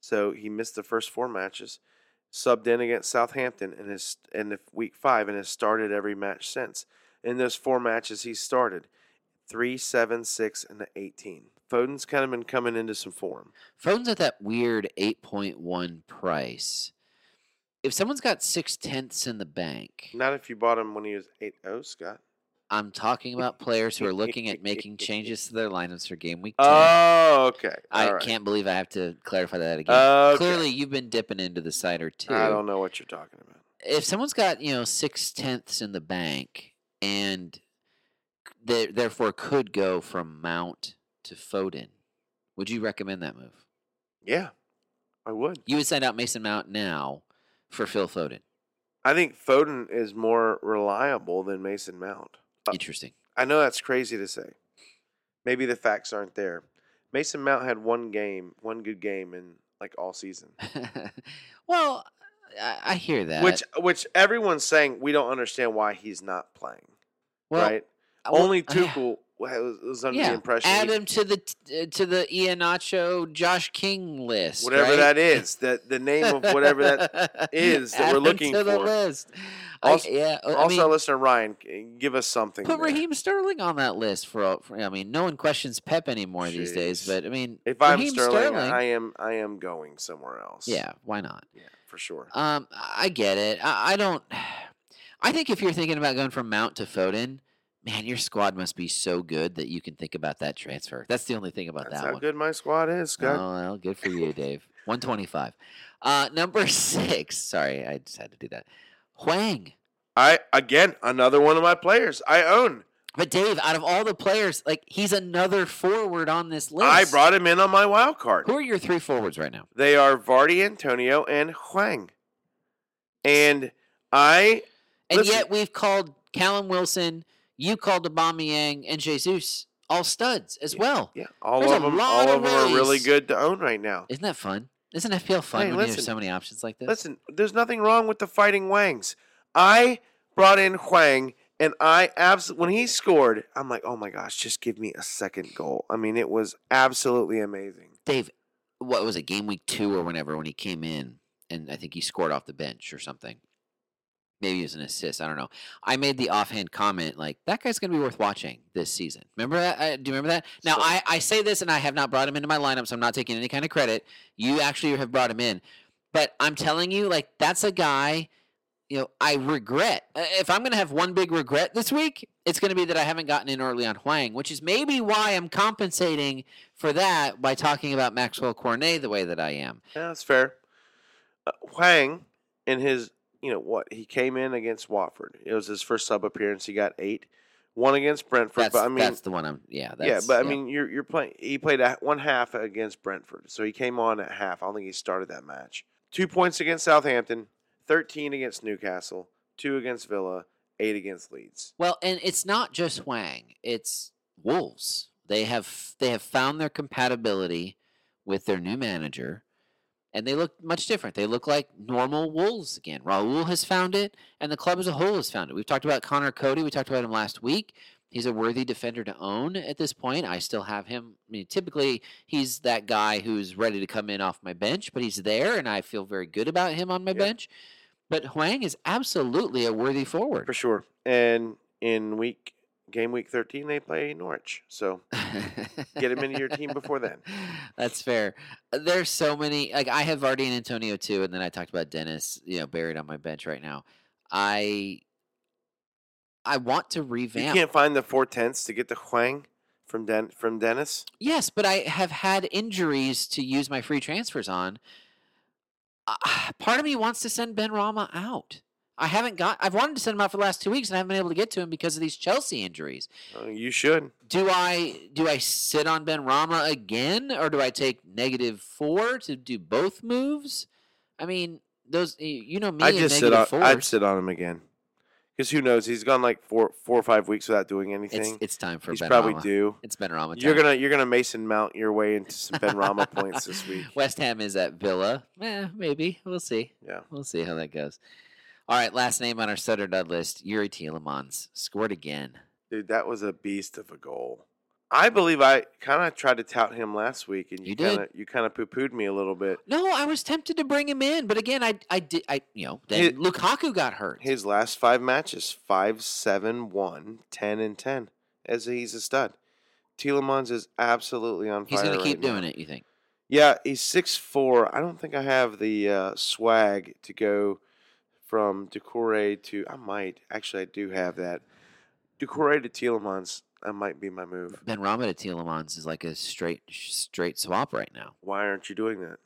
C: so he missed the first four matches. Subbed in against Southampton in his in the week five and has started every match since. In those four matches, he started three, seven, six, and eighteen. Foden's kind of been coming into some form.
D: Foden's at that weird 8.1 price. If someone's got six tenths in the bank,
C: Not if you bought him when he was eight oh, Scott.
D: I'm talking about players who are looking at making changes to their lineups for game week 10.
C: Oh, okay.
D: I
C: All right.
D: can't believe I have to clarify that again.
C: Oh, Okay.
D: Clearly, you've been dipping into the cider too.
C: I don't know what you're talking about.
D: if someone's got you know six tenths in the bank and they therefore could go from Mount to Foden, would you recommend that move?
C: Yeah, I would.
D: You would send out Mason Mount now for Phil Foden.
C: I think Foden is more reliable than Mason Mount.
D: Interesting.
C: I know that's crazy to say. Maybe the facts aren't there. Mason Mount had one game, one good game in like all season.
D: well, I, I hear that.
C: Which which everyone's saying we don't understand why he's not playing.
D: well,
C: right?
D: I- well,
C: Only
D: uh, yeah.
C: Tuchel was, was under
D: Yeah,
C: the impression he-
D: Add him to the t- uh, to the Iannaccio Josh King list.
C: whatever
D: right?
C: that is, that the name of whatever that is that
D: Add
C: we're
D: him
C: looking
D: to the
C: for.
D: list.
C: Also-
D: I, yeah, I
C: also
D: mean-
C: listener Ryan, c- give us something.
D: Put
C: there.
D: Raheem Sterling on that list for, all, for I mean, no one questions Pep anymore these days.
C: Jeez.
D: But I mean,
C: If I'm
D: Raheem
C: Sterling, I am I am going somewhere else.
D: yeah, why not?
C: Yeah, for sure.
D: Um, I get it. I, I don't. I think if you're thinking about going from Mount to Foden, man, your squad must be so good that you can think about that transfer. That's the only thing about
C: That's
D: that
C: how
D: one.
C: good my squad is, Scott.
D: Oh, well, good for you, Dave. 125. Uh, number six. Sorry, I just had to do that. Huang.
C: I again another one of my players I own.
D: But Dave, out of all the players, like he's another forward on this list.
C: I brought him in on my wild card.
D: Who are your three forwards right now?
C: They are Vardy, Antonio, and Huang. And I
D: And
C: Listen-
D: yet we've called Callum Wilson, you called Aubameyang, and Jesus all studs as well.
C: yeah, all
D: There's a
C: of them,
D: lot
C: all
D: of
C: of them are really
D: ways.
C: good to own right now.
D: Isn't that fun? Isn't FPL fun
C: Hey,
D: when you
C: listen.
D: have so many options like this?
C: Listen, there's nothing wrong with the fighting Wangs. I brought in Huang, and I abs when he scored, I'm like, oh my gosh, just give me a second goal. I mean, it was absolutely amazing.
D: Dave, what was it, game week two or whenever when he came in and I think he scored off the bench or something. Maybe it was an assist. I don't know. I made the offhand comment like that guy's going to be worth watching this season. Remember that? I, do you remember that? Now
C: So-
D: I, I say this and I have not brought him into my lineup, so I'm not taking any kind of credit. You actually have brought him in, but I'm telling you, like that's a guy. You know, I regret Uh, if I'm going to have one big regret this week. it's going to be that I haven't gotten in early on Huang, which is maybe why I'm compensating for that by talking about Maxwell Cornet the way that I am.
C: Yeah, that's fair. Uh, Huang, in his, you know what, he came in against Watford. It was his first sub appearance. He got eight, one against Brentford.
D: That's,
C: but I mean,
D: that's the one I'm. Yeah, that's,
C: yeah, but I mean, you're you're playing. He played at one half against Brentford, so he came on at half. I don't think he started that match. Two points against Southampton, thirteen against Newcastle, two against Villa, eight against Leeds.
D: Well, and it's not just Huang; it's Wolves. They have they have found their compatibility with their new manager, and they look much different. They look like normal Wolves again. Raul has found it, and the club as a whole has found it. We've talked about Connor Cody. We talked about him last week. He's a worthy defender to own at this point. I still have him. I mean, typically he's that guy who's ready to come in off my bench, but he's there, and I feel very good about him on my
C: Yeah.
D: bench. But Huang is absolutely a worthy forward.
C: For sure. And in week game week thirteen, they play Norwich. So Get him into your team before then.
D: That's fair. Uh, There's so many. Like I have Vardy and Antonio too, and then I talked about Dennis. You know, buried on my bench right now. I I want to
C: you
D: revamp.
C: can't find the four tenths to get the Huang from Den- from Dennis.
D: Yes, but I have had injuries to use my free transfers on. Uh, part of me wants to send Ben Rama out. I haven't got. I've wanted to send him out for the last two weeks, and I haven't been able to get to him because of these Chelsea injuries.
C: Uh, you should.
D: do I do I sit on Ben Rama again, or do I take negative four to do both moves? I mean, those y- you know me.
C: I
D: and
C: just sit
D: negative
C: on.
D: four.
C: I'd sit on him again. Because who knows? He's gone like four four or five weeks without doing anything.
D: It's it's time for
C: He's
D: Ben
C: probably
D: Rama.
C: due.
D: It's Ben Rama.
C: You're
D: time.
C: gonna you're gonna Mason Mount your way into some Ben Rama points this week.
D: West Ham is at Villa. Eh, maybe we'll see.
C: Yeah.
D: We'll see how that goes. All right, last name on our Sutter Dud list: Yuri Tielemans scored again.
C: Dude, that was a beast of a goal. I believe I kind of tried to tout him last week, and you,
D: You did.
C: kind of you kind of poo pooed me a little bit.
D: No, I was tempted to bring him in, but again, I I did I you know then
C: His-
D: Lukaku got hurt.
C: His last five matches: five, seven, one, ten, and ten. As he's a stud. Telemans is absolutely on
D: He's
C: fire.
D: going to
C: right
D: keep
C: now.
D: doing it. You think?
C: Yeah, he's six four. I don't think I have the uh, swag to go from Decore to. I might actually. I do have that. Decore to Telemans. That might be my move.
D: Ben Rama to Tielemans is like a straight straight swap right now.
C: Why aren't you doing that?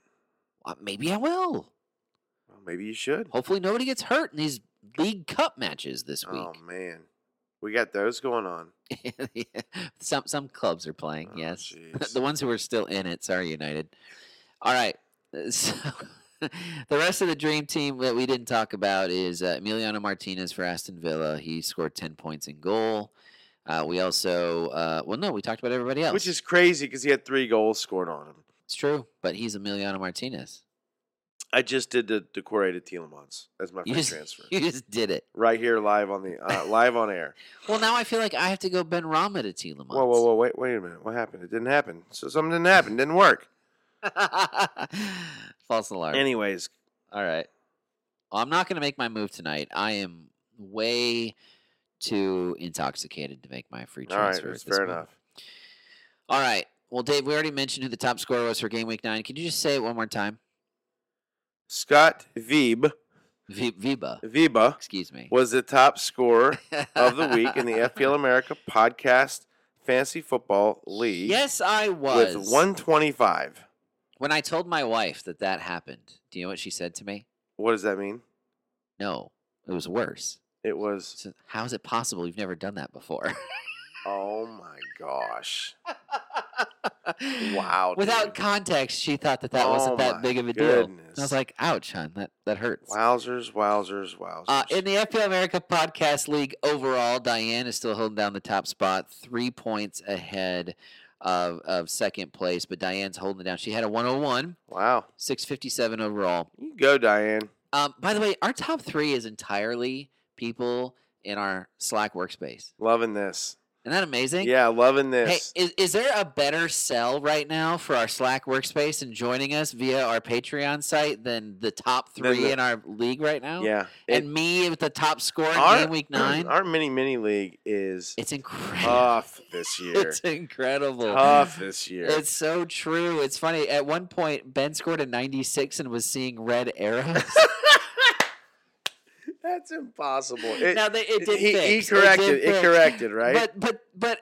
D: Uh, maybe I will.
C: Well, maybe you should.
D: Hopefully, nobody gets hurt in these League Cup matches this week.
C: Oh man, we got those going on.
D: some some clubs are playing.
C: Oh,
D: yes,
C: jeez.
D: the ones who are still in it. Sorry, United. All right. uh, So the rest of the dream team that we didn't talk about is uh, Emiliano Martinez for Aston Villa. He scored ten points in goal. Uh, we also, uh, well, no, we talked about everybody else.
C: Which is crazy because he had three goals scored on him.
D: it's true, but he's Emiliano Martinez.
C: I just did the Decore to Telemans as my
D: You
C: free
D: just,
C: transfer
D: you just did it.
C: right here live on the uh, live on air.
D: Well, now I feel like I have to go Ben Rama to Tielemans.
C: Whoa, whoa, whoa! Wait, wait a minute. What happened? It didn't happen. So something didn't happen. Didn't work.
D: False alarm.
C: Anyways,
D: All right. Well, I'm not going to make my move tonight. I am way too intoxicated to make my free
C: all right,
D: transfer.
C: that's
D: at this
C: fair
D: point.
C: enough.
D: All right. Well, Dave, we already mentioned who the top scorer was for game week nine. Could you just say it one more time?
C: Scott Veeb,
D: V- Viba.
C: Viba
D: Excuse me.
C: was the top scorer of the week in the FPL America podcast fantasy football league.
D: Yes, I was.
C: with 125.
D: When I told my wife that that happened, do you know what she said to me?
C: What does that mean?
D: No, it was worse.
C: It was
D: So how is it possible you've never done that before?
C: oh my gosh! Wow,
D: Without
C: dude.
D: context, she thought that that
C: Oh
D: wasn't
C: my
D: that big of a deal. And I
C: goodness.
D: was like, ouch, hon, that, that hurts.
C: Wowzers! Wowzers! Wowzers!
D: Uh, in the FPL America Podcast League overall, Diane is still holding down the top spot, three points ahead of, of second place, but Diane's holding it down. She had a 101,
C: wow,
D: 657 overall.
C: you go, Diane.
D: Um, by the way, our top three is entirely people in our Slack workspace.
C: Loving this.
D: Isn't that amazing?
C: Yeah, loving
D: Hey,
C: this.
D: is, is there a better sell right now for our Slack workspace and joining us via our Patreon site than the top
C: Than
D: three
C: the-
D: in our league right now?
C: yeah, it-
D: And me with the top score in
C: our-
D: game week nine?
C: Our mini mini league is
D: it's incredible.
C: tough this year.
D: it's incredible.
C: Tough this year.
D: It's so true. It's funny. At one point, Ben scored a 96 and was seeing red arrows.
C: That's impossible. It,
D: now they, it
C: it-
D: did
C: he,
D: fix.
C: he
D: did
C: corrected. It,
D: fix.
C: corrected, right?
D: But but but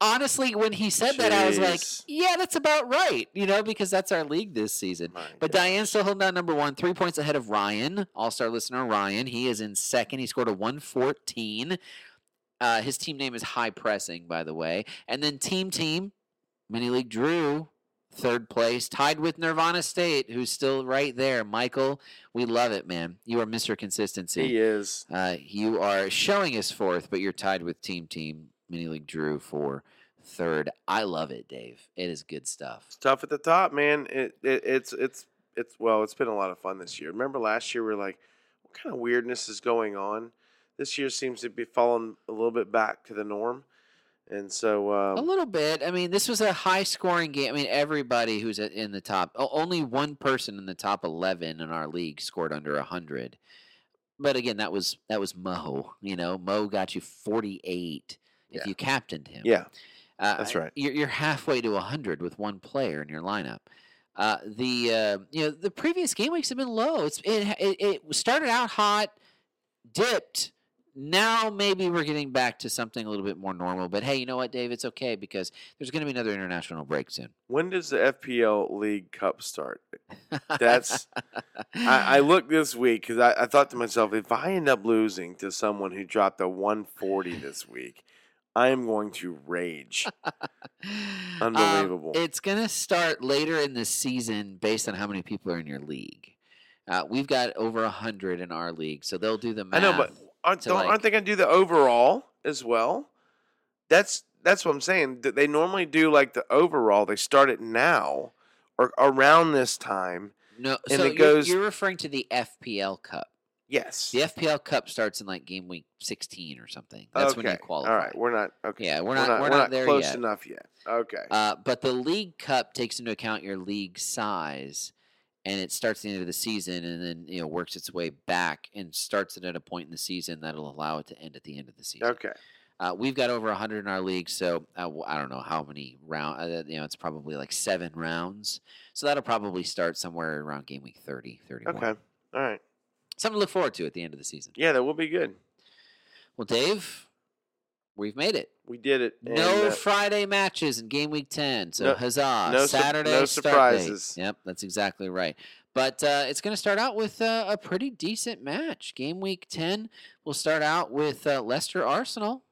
D: honestly, when he said that, I was like,
C: Jeez.
D: yeah, that's about right. You know, because that's our league this season.
C: Oh My
D: But
C: God.
D: Diane still holding down number one, three points ahead of Ryan, All Star listener Ryan. He is in second. He scored a 114. Uh, his team name is High Pressing, by the way. And then Team Team, Mini League Drew, third place, tied with Nirvana State, who's still right there. Michael, we love it, man. You are Mr. Consistency.
C: he is.
D: Uh, you are showing us fourth, but you're tied with Team Team Mini League Drew for third. I love it, Dave. It is good stuff.
C: It's tough at the top, man. It, it it's it's it's well, it's been a lot of fun this year. Remember last year we were like, what kind of weirdness is going on? This year seems to be falling a little bit back to the norm, and so
D: A
C: um,
D: little bit. I mean, this was a high scoring game. I mean, everybody who's a- in the top, o- only one person in the top 11 in our league scored under 100. But again, that was that was Mo. You know, Mo got you 48
C: Yeah.
D: if you captained him.
C: yeah,
D: Uh,
C: That's right.
D: You're, you're halfway to 100 with one player in your lineup. Uh, the uh, you know the previous game weeks have been low. It's it, ha- it it started out hot, dipped. Now maybe we're getting back to something a little bit more normal. But hey, you know what, Dave? It's okay because there's going to be another international break soon.
C: when does the FPL League Cup start? That's- I, I looked this week because I, I thought to myself, if I end up losing to someone who dropped a 140 this week, I am going to rage.
D: Um,
C: Unbelievable.
D: it's going to start later in the season based on how many people are in your league. Uh, we've got over 100 in our league, so they'll do the
C: I
D: math.
C: know, but aren't,
D: to,
C: don't,
D: like-
C: aren't they going to do the overall as well? That's that's what I'm saying. Th- They normally do like the overall. They start it now or around this time.
D: No,
C: And
D: so
C: it
D: you're-
C: goes-
D: You're, referring to the FPL Cup.
C: Yes.
D: The FPL Cup starts in like game week 16 or something. That's when you qualify.
C: All right, we're not okay.
D: Yeah, we're not- we're not there
C: close
D: yet.
C: enough yet. Okay.
D: Uh, but the League Cup takes into account your league size, and it starts at the end of the season, and then you know works its way back and starts it at a point in the season that'll allow it to end at the end of the season.
C: okay.
D: Uh, we've got over 100 in our league, so uh, w- I don't know how many round. Uh, you know, it's probably like seven rounds. So that'll probably start somewhere around game week 30, 31.
C: Okay. All right.
D: Something to look forward to at the end of the season.
C: Yeah, that will be good.
D: Well, Dave, we've made it.
C: We did it. and,
D: No
C: uh,
D: Friday matches in game week 10. So
C: No-
D: huzzah.
C: no su-
D: Saturday.
C: no
D: start date.
C: surprises.
D: Yep, that's exactly right. But uh, it's going to start out with uh, a pretty decent match. Game week 10 will start out with uh, Leicester Arsenal.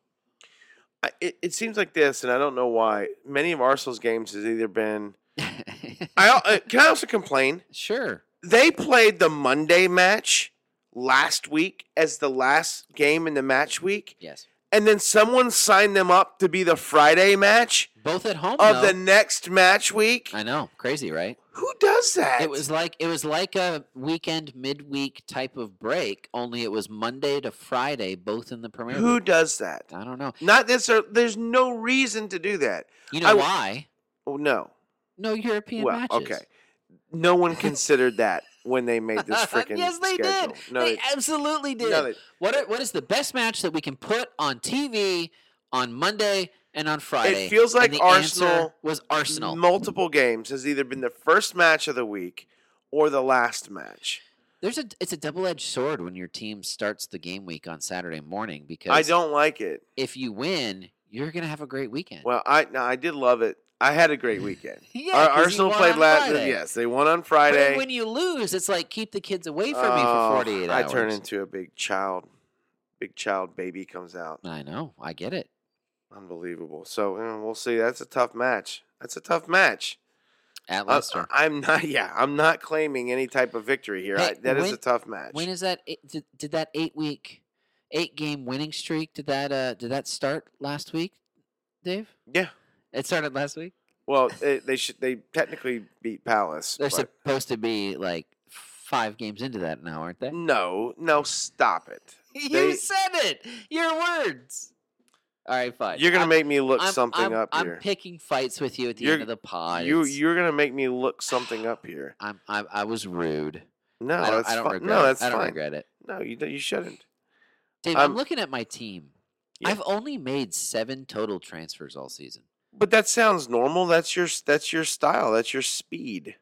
C: I, it, it seems like this, and I don't know why. Many of Arsenal's games has either been. I al- uh, can I also complain.
D: sure.
C: They played the Monday match last week as the last game in the match week,
D: Yes.
C: and then someone signed them up to be the Friday match
D: Both at home.
C: of
D: though.
C: the next match week.
D: I know. Crazy, right?
C: Who does that?
D: It was like it was like a weekend midweek type of break, only it was Monday to Friday, both in the Premier
C: who
D: League.
C: does that?
D: I don't know.
C: Not this. Or, there's no reason to do that.
D: You
C: I
D: know
C: w-
D: why?
C: Oh no.
D: No European
C: well,
D: matches.
C: okay. No one considered that when they made this freaking.
D: yes, they
C: schedule.
D: did.
C: No,
D: they,
C: they-
D: absolutely did.
C: no, they-
D: what are, what is the best match that we can put on TV on Monday and on Friday?
C: feels
D: And
C: like
D: the answer
C: Arsenal-
D: was Arsenal.
C: multiple games has either been the first match of the week or the last match.
D: There's a it's a double edged sword when your team starts the game week on Saturday morning because
C: I don't like it.
D: if you win, you're gonna have a great weekend.
C: Well, I no, I did love it. I had a great weekend.
D: yeah,
C: Ar-
D: 'cause you
C: Arsenal
D: won
C: played
D: on
C: last.
D: Friday.
C: Yes, they won on
D: But then
C: Friday.
D: when you lose, it's like keep the kids away from me
C: Oh,
D: for 48 hours.
C: I turn into a big child. Big child baby comes out.
D: I know. I get it.
C: Unbelievable. So you know, we'll see. That's a tough match. That's a tough match.
D: At
C: Uh, I,
D: Leicester.
C: am not. Yeah, I'm not claiming any type of victory here.
D: Hey,
C: I, that is
D: when-
C: a tough match.
D: When is that? eight- Did, did that eight week, eight game winning streak? Did that uh did that start last week, Dave?
C: Yeah.
D: it started last week.
C: well, they, they should. They technically beat Palace.
D: They're
C: but-
D: supposed to be like five games into that now, aren't they?
C: No, no, stop it.
D: you
C: Mm, they-
D: said it. Your words. All right, fine.
C: You're gonna
D: I'm-
C: make me look
D: I'm-
C: something
D: I'm-
C: up
D: I'm
C: here.
D: picking fights with you at the
C: You're-
D: end of the pod.
C: you
D: It's-
C: you're gonna make me look something up here.
D: I'm, I'm, I was rude.
C: No,
D: I don't,
C: that's
D: I don't
C: fine.
D: regret
C: No,
D: it.
C: that's
D: I don't
C: fine.
D: regret it.
C: No, you you shouldn't.
D: Dave, I'm
C: Um,
D: looking at my team.
C: yeah.
D: I've only made seven total transfers all season.
C: But that sounds normal. That's your that's your style. That's your speed.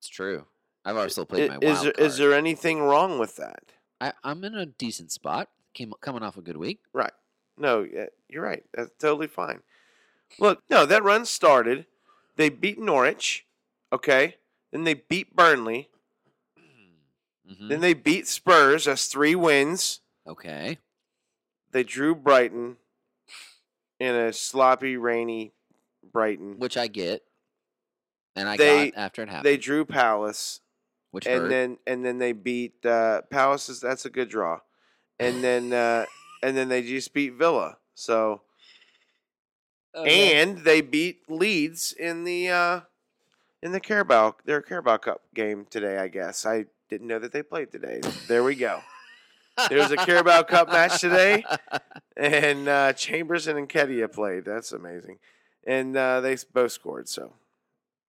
D: It's true. I've also played
C: I-
D: my
C: is
D: wild
C: there,
D: card.
C: is there anything wrong with that?
D: I, I'm in a decent spot. Came coming off a good week.
C: Right. No, yeah, you're right. That's totally fine. Look, no, that run started. They beat Norwich, okay? Then they beat Burnley.
D: Mhm.
C: Then they beat Spurs. That's three wins.
D: Okay.
C: They drew Brighton in a sloppy, rainy Brighton.
D: which I get, and I
C: They-
D: got after it happened.
C: They drew Palace,
D: which
C: and
D: hurt.
C: then and then they beat uh, Palace. Is, that's a good draw, and then uh, and then they just beat Villa. So
D: Oh,
C: and they beat Leeds in the uh, in the Carabao their Carabao Cup game today. I guess I didn't know that they played today. There we go. there was a Carabao Cup match today. And uh, Chambers and Enkedia played. That's amazing. And uh, they s- both scored. So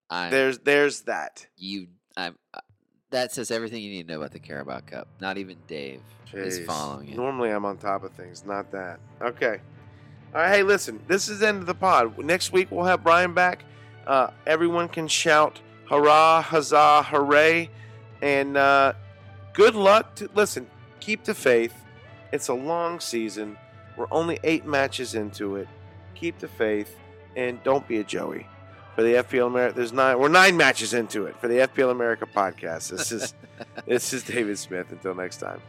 D: I,
C: there's there's that.
D: you, I, I- that says everything you need to know about the Carabao Cup. Not even Dave is
C: Jeez.
D: following it.
C: Normally I'm on top of things. Not that. Okay. All right. Hey, listen. This is the end of the pod. Next week we'll have Brian back. Uh, everyone can shout hurrah, huzzah, hooray, and uh, good luck. To listen. Keep the faith. It's a long season. We're only eight matches into it. Keep the faith and don't be a Joey. For the FPL America, there's nine. We're nine matches into it for the FPL America podcast. This is this is David Smith. Until next time.